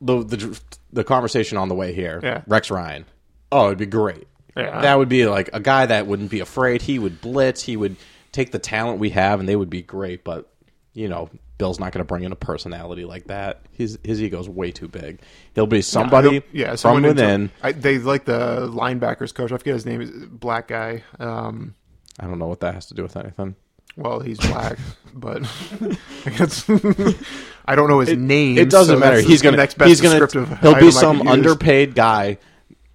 Speaker 2: the the the conversation on the way here.
Speaker 1: Yeah.
Speaker 2: Rex Ryan. Oh, it'd be great.
Speaker 1: Yeah.
Speaker 2: That would be like a guy that wouldn't be afraid. He would blitz. He would take the talent we have, and they would be great. But you know, Bill's not going to bring in a personality like that. His his ego's way too big. He'll be somebody
Speaker 1: Yeah,
Speaker 2: from
Speaker 1: someone into-
Speaker 2: within.
Speaker 1: I, they like the linebackers coach. I forget his name. Is black guy. Um,
Speaker 2: I don't know what that has to do with anything.
Speaker 1: well, he's black, but I, guess, I don't know his name.
Speaker 2: It doesn't
Speaker 1: so
Speaker 2: matter.
Speaker 1: that's
Speaker 2: He's
Speaker 1: the
Speaker 2: gonna.
Speaker 1: next best
Speaker 2: he's gonna.
Speaker 1: descriptive item
Speaker 2: He'll
Speaker 1: I
Speaker 2: be
Speaker 1: could
Speaker 2: some
Speaker 1: use.
Speaker 2: underpaid guy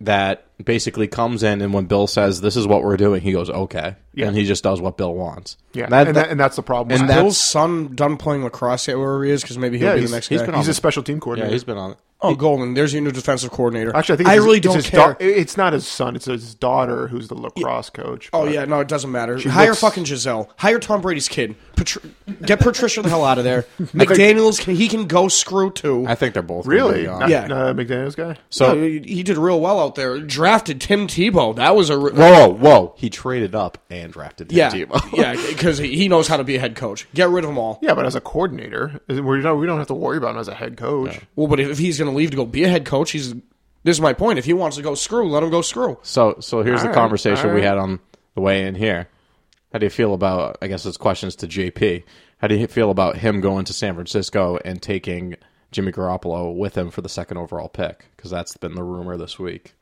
Speaker 2: that basically comes in, and when Bill says, "This is what we're doing," he goes, "Okay," and he just does what Bill wants.
Speaker 1: Yeah,
Speaker 2: That-
Speaker 1: and,
Speaker 2: that-
Speaker 1: that, and that's the problem.
Speaker 2: and
Speaker 1: with-
Speaker 2: that-
Speaker 3: Bill's son done playing lacrosse yet wherever he is because maybe he'll
Speaker 1: yeah,
Speaker 3: be
Speaker 1: he's,
Speaker 3: the next
Speaker 1: he's
Speaker 3: guy.
Speaker 1: been on- he's a special team
Speaker 2: yeah,
Speaker 1: coordinator.
Speaker 2: he's been on. it.
Speaker 3: oh, Golden, there's your new defensive coordinator.
Speaker 1: Actually, I think
Speaker 3: I
Speaker 1: it's his-
Speaker 3: really
Speaker 1: it's
Speaker 3: don't
Speaker 1: his
Speaker 3: care.
Speaker 1: da- it's not his son; it's his daughter who's the lacrosse coach.
Speaker 3: Oh
Speaker 1: but-
Speaker 3: yeah, no, it doesn't matter. Hire
Speaker 1: looks-
Speaker 3: fucking Giselle. Hire Tom Brady's kid. Patri- get Patricia the hell out of there. McDaniel's can he can go screw too. Uh,
Speaker 2: I think they're both gonna
Speaker 1: really?
Speaker 2: be on.
Speaker 1: Not,
Speaker 3: Yeah.
Speaker 1: uh, McDaniel's guy.
Speaker 2: So
Speaker 3: No, he he did real well out there. Drafted Tim Tebow. That was a re-
Speaker 2: whoa, whoa, he traded up and drafted Tim
Speaker 3: yeah,
Speaker 2: Tebow.
Speaker 3: yeah, because he he knows how to be a head coach. Get rid of them all.
Speaker 1: Yeah, but as a coordinator, is- we don't we don't have to worry about him as a head coach.
Speaker 3: Well, but if, if he's going to leave to go be a head coach, he's this is my point. If he wants to go screw, let him go screw.
Speaker 2: So, so here's the
Speaker 1: All right,
Speaker 2: conversation
Speaker 1: all
Speaker 2: we
Speaker 1: right.
Speaker 2: had on the way in here. How do you feel about? I guess it's questions to JP. How do you feel about him going to San Francisco and taking Jimmy Garoppolo with him for the second overall pick? Because that's been the rumor this week.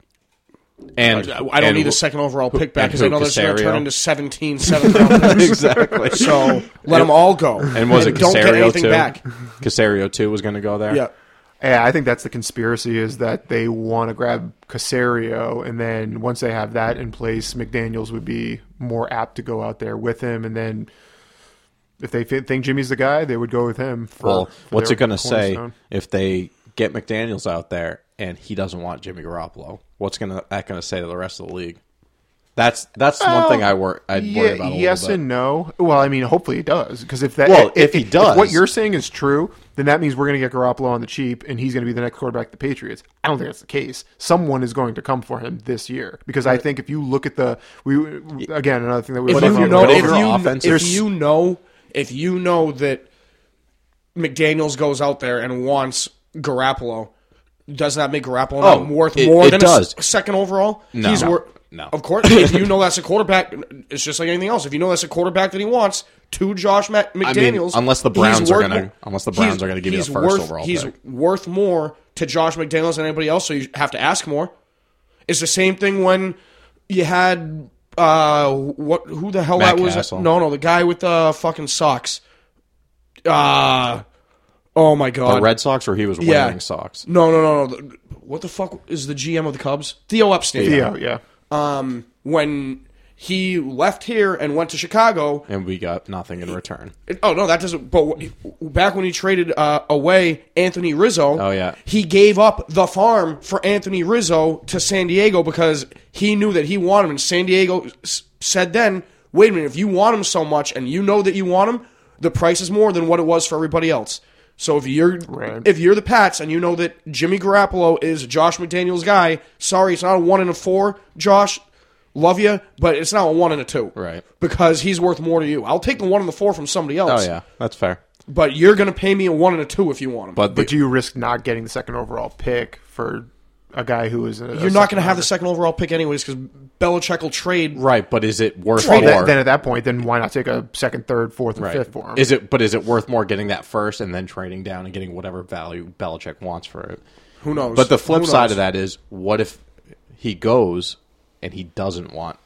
Speaker 2: And
Speaker 3: I don't
Speaker 2: and-
Speaker 3: need a second overall pick back
Speaker 2: and
Speaker 3: because I know
Speaker 2: who,
Speaker 3: that's going to turn
Speaker 2: Casario?
Speaker 3: into 17 seventh round picks.
Speaker 2: exactly.
Speaker 3: So let them all go.
Speaker 2: and was it
Speaker 3: don't get
Speaker 2: Casario
Speaker 3: anything
Speaker 2: too?
Speaker 3: back.
Speaker 2: Casario too was going to go there.
Speaker 3: Yeah.
Speaker 1: Yeah, I think that's the conspiracy is that they want to grab Casario, and then once they have that in place, McDaniel's would be more apt to go out there with him, and then if they fi- think Jimmy's the guy, they would go with him. For,
Speaker 2: Well,
Speaker 1: for
Speaker 2: what's
Speaker 1: their
Speaker 2: it going to say
Speaker 1: cornerstone.
Speaker 2: if they get McDaniel's out there and he doesn't want Jimmy Garoppolo? What's going to that going to say to the rest of the league? That's that's one thing I work. I would worry about. A
Speaker 1: yes
Speaker 2: little bit.
Speaker 1: and no. Well, I mean, hopefully it does because if that
Speaker 2: Well, if he
Speaker 1: what
Speaker 2: does-
Speaker 1: you're saying is true, then that means we're going to get Garoppolo on the cheap, and he's going to be the next quarterback of the Patriots. I don't think that's the case. Someone is going to come for him this year because I think if you look at the we again another thing that we
Speaker 3: if
Speaker 1: went
Speaker 2: But
Speaker 3: you
Speaker 2: if
Speaker 1: over-
Speaker 2: your-
Speaker 3: know,
Speaker 2: but
Speaker 3: if
Speaker 2: if your
Speaker 3: you,
Speaker 2: offense
Speaker 3: if
Speaker 2: is-
Speaker 3: you know, if you know that McDaniel's goes out there and wants Garoppolo, does that make Garoppolo not
Speaker 2: Oh,
Speaker 3: worth
Speaker 2: it-
Speaker 3: more
Speaker 2: it
Speaker 3: than
Speaker 2: does.
Speaker 3: a s- second overall?
Speaker 2: No.
Speaker 3: He's
Speaker 2: No.
Speaker 3: wor-
Speaker 2: No.
Speaker 3: Of course, if you know that's a quarterback, it's just like anything else. If you know that's a quarterback that he wants, to Josh Ma- McDaniels,
Speaker 2: unless the
Speaker 3: he's
Speaker 2: Browns are
Speaker 3: worth
Speaker 2: gonna-
Speaker 3: mo-
Speaker 2: unless the
Speaker 3: he's-
Speaker 2: Browns are gonna give you the
Speaker 3: he's
Speaker 2: first
Speaker 3: worth-
Speaker 2: overall
Speaker 3: He's
Speaker 2: pick.
Speaker 3: worth more to Josh McDaniels than anybody else, so you have to ask more. It's the same thing when you had uh what who the hell
Speaker 2: Matt
Speaker 3: that was
Speaker 2: Castle.
Speaker 3: no no the guy with the fucking socks uh oh my god
Speaker 2: the Red Sox, where he was
Speaker 3: Yeah.
Speaker 2: wearing socks.
Speaker 3: no no no no The- what the fuck is the GM of the Cubs Theo Epstein
Speaker 1: yeah, yeah.
Speaker 3: um when he left here and went to Chicago
Speaker 2: and we got nothing in return.
Speaker 3: it- oh no that doesn't but wh- back when he traded uh, away Anthony Rizzo
Speaker 2: Oh, yeah.
Speaker 3: he gave up the farm for Anthony Rizzo to San Diego because he knew that he wanted him. And San Diego s- said then, wait a minute, if you want him so much and you know that you want him, the price is more than what it was for everybody else. So if you're
Speaker 1: Right.
Speaker 3: if you're the Pats and you know that Jimmy Garoppolo is Josh McDaniel's guy, sorry, it's not a one and a four, Josh. Love you, but it's not a one and a two,
Speaker 2: Right.
Speaker 3: Because he's worth more to you. I'll take the one and the four from somebody
Speaker 2: Oh
Speaker 3: else.
Speaker 2: yeah, that's fair.
Speaker 3: But you're going to pay me a one and a two if you want him.
Speaker 1: But
Speaker 2: But, the,
Speaker 1: do you risk not getting the second overall pick for a guy who is a,
Speaker 3: You're not going to have the second overall pick anyways because Belichick will trade.
Speaker 2: right, but is it worth
Speaker 1: Well,
Speaker 2: more?
Speaker 1: that, then at that point, then why not take a second, third, fourth, and
Speaker 2: Right.
Speaker 1: fifth for him?
Speaker 2: Is it? But is it worth more getting that first and then trading down and getting whatever value Belichick wants for it?
Speaker 3: Who knows?
Speaker 2: But the
Speaker 3: Who
Speaker 2: flip
Speaker 3: knows?
Speaker 2: side of that is, what if he goes and he doesn't want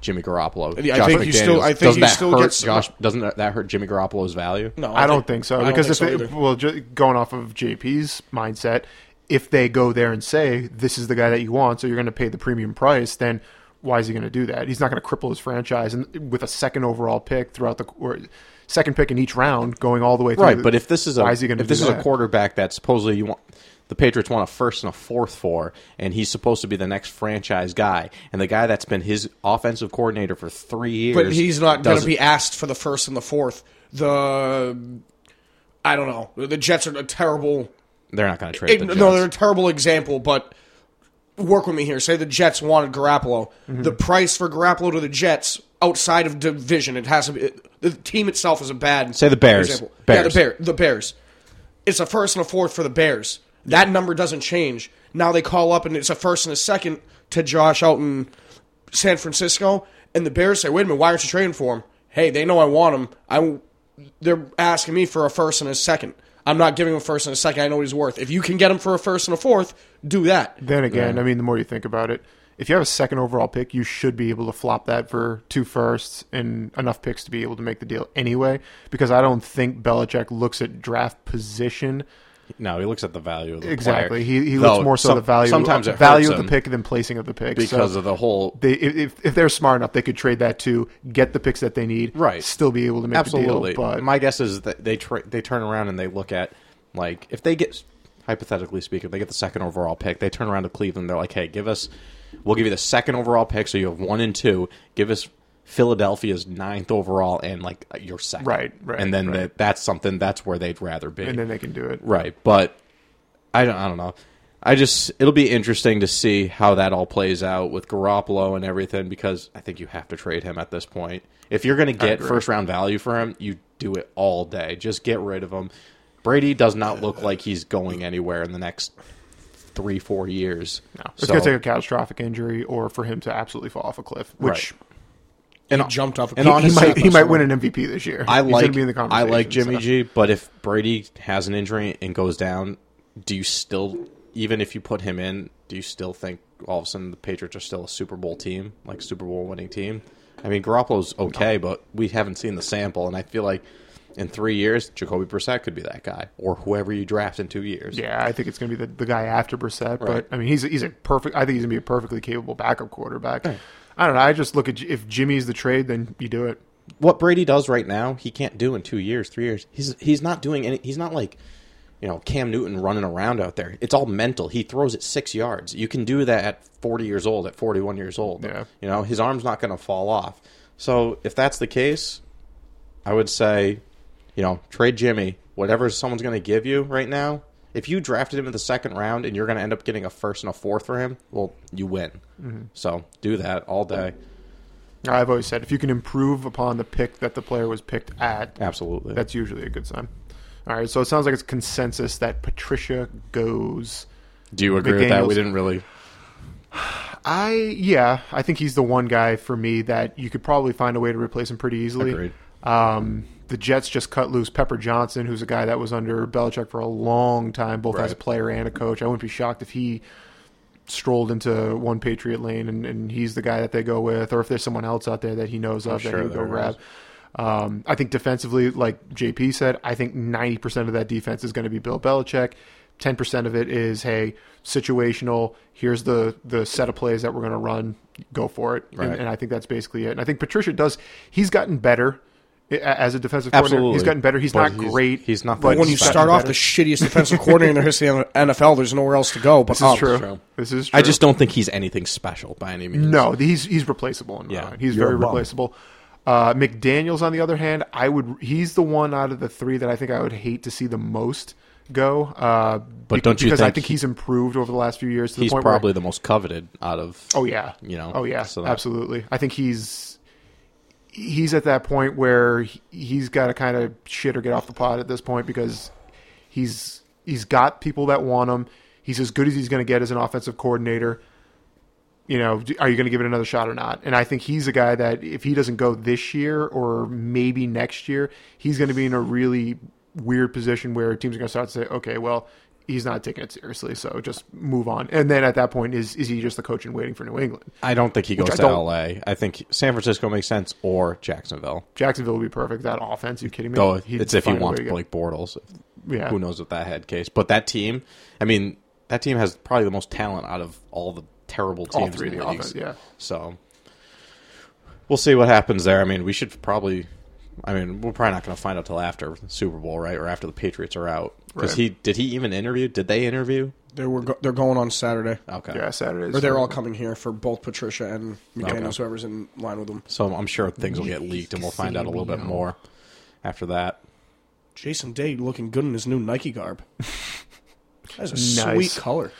Speaker 2: Jimmy Garoppolo?
Speaker 3: I think you still- I think
Speaker 2: doesn't
Speaker 3: you
Speaker 2: that
Speaker 3: still
Speaker 2: hurt
Speaker 3: get some-
Speaker 2: Josh? Doesn't that that hurt Jimmy Garoppolo's value?
Speaker 3: No,
Speaker 1: I don't think so
Speaker 3: I don't
Speaker 1: because
Speaker 3: think
Speaker 1: if
Speaker 3: so
Speaker 1: they,
Speaker 3: either.
Speaker 1: well, ju- going off of JP's mindset, if they go there and say this is the guy that you want, so you're going to pay the premium price, then why is he going to do that? He's not going to cripple his franchise and with a second overall pick throughout the or second pick in each round, going all the way through.
Speaker 2: Right, but if this is a
Speaker 1: why is he going to
Speaker 2: if this
Speaker 1: do
Speaker 2: is
Speaker 1: that?
Speaker 2: a quarterback that supposedly you want the Patriots want a first and a fourth for, and he's supposed to be the next franchise guy, and the guy that's been his offensive coordinator for three years,
Speaker 3: But he's not going to
Speaker 2: doesn't-
Speaker 3: be asked for the first and the fourth. The I don't know. The Jets are a terrible.
Speaker 2: They're not going to trade.
Speaker 3: It,
Speaker 2: the
Speaker 3: no, they're a
Speaker 2: Jets.
Speaker 3: terrible example. But work with me here. Say the Jets wanted Garoppolo.
Speaker 2: Mm-hmm.
Speaker 3: The price for Garoppolo to the Jets outside of division, it has to be the team itself is a bad.
Speaker 2: Say the Bears.
Speaker 3: Example. Yeah, the
Speaker 2: Bears.
Speaker 3: Bear, the Bears. It's a first and a fourth for the Bears. That number doesn't change. Now they call up and it's a first and a second to Josh out in San Francisco, and the Bears say, "Wait a minute, why aren't you trading for him?" Hey, they know I want him. I they're asking me for a first and a second. I'm not giving him a first and a second. I know what he's worth. If you can get him for a first and a fourth, do that.
Speaker 1: then again, I mean, the more you think about it, if you have a second overall pick, you should be able to flop that for two firsts and enough picks to be able to make the deal anyway. Because I don't think Belichick looks at draft position.
Speaker 2: No, he looks at the value of the
Speaker 1: Exactly.
Speaker 2: player.
Speaker 1: He, he
Speaker 2: Though
Speaker 1: looks more so
Speaker 2: some-
Speaker 1: the value
Speaker 2: Sometimes it
Speaker 1: value
Speaker 2: hurts
Speaker 1: of the
Speaker 2: him
Speaker 1: pick than placing of the pick
Speaker 2: because
Speaker 1: so
Speaker 2: of the whole.
Speaker 1: they, if if they're smart enough, they could trade that to get the picks that they need.
Speaker 2: Right.
Speaker 1: Still be able to make
Speaker 2: absolutely.
Speaker 1: the deal. But
Speaker 2: My guess is that they tra- they turn around and they look at like if they get hypothetically speaking, they get the second overall pick. They turn around to Cleveland. They're like, hey, give us. We'll give you the second overall pick, so you have one and two. Give us Philadelphia's ninth overall and like your second,
Speaker 1: Right, right,
Speaker 2: And then
Speaker 1: right.
Speaker 2: that that's something that's where they'd rather be.
Speaker 1: and then they can do it.
Speaker 2: Right, but I don't. I don't know. I just it'll be interesting to see how that all plays out with Garoppolo and everything because I think you have to trade him at this point. If you're going to get
Speaker 1: agree.
Speaker 2: first round value for him, you do it all day. Just get rid of him. Brady does not look like he's going anywhere in the next three four years. No,
Speaker 1: It's gonna take a catastrophic injury or for him to absolutely fall off a cliff, which
Speaker 3: And he jumped off. A
Speaker 2: and
Speaker 3: cliff.
Speaker 1: he
Speaker 2: honestly,
Speaker 1: might he might win an MVP this year.
Speaker 2: I
Speaker 1: He's gonna
Speaker 2: like
Speaker 1: be in the
Speaker 2: I
Speaker 1: conversation,
Speaker 2: like Jimmy
Speaker 1: so.
Speaker 2: G, but if Brady has an injury and goes down, do you still even if you put him in, do you still think all of a sudden the Patriots are still a Super Bowl team, like Super Bowl winning team? I mean, Garoppolo's okay, but we haven't seen the sample, and I feel like in three years, Jacoby Brissett could be that guy, or whoever you draft in two years.
Speaker 1: Yeah, I think it's going to be the, the guy after Brissett.
Speaker 2: Right.
Speaker 1: But I mean, he's he's a perfect. I think he's going to be a perfectly capable backup quarterback. I don't know. I just look at J- if Jimmy's the trade, then you do it.
Speaker 2: what Brady does right now, he can't do in two years, three years. He's he's not doing any. He's not like you know Cam Newton running around out there. It's all mental. He throws it six yards. You can do that at 40 years old, at 41 years old.
Speaker 1: Yeah.
Speaker 2: You know his arm's not going to fall off. So if that's the case, I would say, you know, trade Jimmy. Whatever someone's going to give you right now, if you drafted him in the second round and you're going to end up getting a first and a fourth for him, well, you win. So do that all day.
Speaker 1: I've always said if you can improve upon the pick that the player was picked at,
Speaker 2: Absolutely.
Speaker 1: that's usually a good sign. All right, so it sounds like it's consensus that Patricia goes.
Speaker 2: do you agree with that? We
Speaker 1: McDaniels.
Speaker 2: didn't really.
Speaker 1: I yeah, I think he's the one guy for me that you could probably find a way to replace him pretty easily.
Speaker 2: Agreed.
Speaker 1: Um, the Jets just cut loose Pepper Johnson, who's a guy that was under Belichick for a long time, both as a
Speaker 2: Right.
Speaker 1: player and a coach. I wouldn't be shocked if he strolled into one Patriot lane and, and he's the guy that they go with, or if there's someone else out there that he knows of that
Speaker 2: sure
Speaker 1: he would go
Speaker 2: there is.
Speaker 1: grab. Um, I think defensively, like JP said, I think 90% of that defense is going to be Bill Belichick. 10% of it is, hey, situational. Here's the, the set of plays that we're going to run. Go for it. And-
Speaker 2: Right.
Speaker 1: and I think that's basically it. And I think Patricia does, he's gotten better i- as a defensive coordinator. He's
Speaker 2: Absolutely.
Speaker 1: gotten better. He's
Speaker 2: But
Speaker 1: not
Speaker 2: he's-
Speaker 1: great.
Speaker 2: he's not
Speaker 1: but
Speaker 2: that
Speaker 3: when you
Speaker 1: he's gotten
Speaker 3: start off
Speaker 1: better.
Speaker 3: the shittiest defensive coordinator in the history of the NFL, there's nowhere else to go. But
Speaker 1: this is
Speaker 3: up.
Speaker 1: true.
Speaker 2: true.
Speaker 1: This is true.
Speaker 2: I just don't think he's anything special by any means.
Speaker 1: No, he's he's replaceable in my
Speaker 2: Yeah,
Speaker 1: mind. He's
Speaker 2: you're
Speaker 1: very
Speaker 2: wrong.
Speaker 1: replaceable. Uh, McDaniel's on the other hand, I would he's the one out of the three that I think I would hate to see the most go. Uh,
Speaker 2: But
Speaker 1: bec-
Speaker 2: don't you
Speaker 1: because I
Speaker 2: think
Speaker 1: think
Speaker 2: he-
Speaker 1: he's improved over the last few years to
Speaker 2: he's
Speaker 1: the point
Speaker 2: probably
Speaker 1: where
Speaker 2: the most coveted out of.
Speaker 1: oh yeah
Speaker 2: you know,
Speaker 1: oh yeah
Speaker 2: so that-
Speaker 1: absolutely I think he's he's at that point where he- he's got to kind of shit or get off the pot at this point because he's he's got people that want him. He's as good as he's going to get as an offensive coordinator. You know, d- are you going to give it another shot or not? And I think he's a guy that if he doesn't go this year or maybe next year, he's going to be in a really weird position where teams are going to start to say, okay, well, he's not taking it seriously, so just move on. And then at that point, is is he just the coach and waiting for New England?
Speaker 2: I don't think he goes
Speaker 1: I
Speaker 2: to
Speaker 1: don't-
Speaker 2: L.A. I think San Francisco makes sense or Jacksonville.
Speaker 1: Jacksonville would be perfect. That offense, you kidding me?
Speaker 2: Though
Speaker 1: He'd
Speaker 2: Oh, it's if he
Speaker 1: find a way
Speaker 2: wants
Speaker 1: to get-
Speaker 2: Blake Bortles.
Speaker 1: Yeah.
Speaker 2: Who knows with that head case? But that team, I mean, that team has probably the most talent out of all the terrible teams.
Speaker 1: All three of
Speaker 2: in
Speaker 1: the
Speaker 2: the
Speaker 1: offense,
Speaker 2: leagues.
Speaker 1: yeah.
Speaker 2: So we'll see what happens there. I mean, we should probably. I mean, we're probably not going to find out till after the Super Bowl, right, or after the Patriots are out. Because
Speaker 1: Right.
Speaker 2: he did he even interview? Did they interview?
Speaker 3: They were go- they're going on Saturday,
Speaker 2: Okay.
Speaker 1: Yeah, Saturdays.
Speaker 3: or they're all coming here for both Patricia and McDaniels, whoever's in line with them.
Speaker 2: So I'm sure things will get leaked, and we'll find out a little bit more after that.
Speaker 3: Jason Day looking good in his new Nike garb. That's a
Speaker 1: Nice.
Speaker 3: sweet color.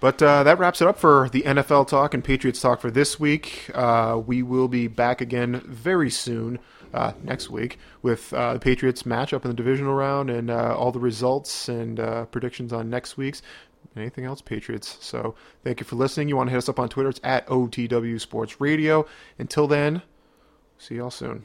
Speaker 1: But uh, that wraps it up for the NFL talk and Patriots talk for this week. Uh, we will be back again very soon uh, next week with uh, the Patriots matchup in the divisional round and uh, all the results and uh, predictions on next week's. Anything else, Patriots? So thank you for listening. You want to hit us up on Twitter? It's at OTW Sports Radio. Until then, see y'all soon.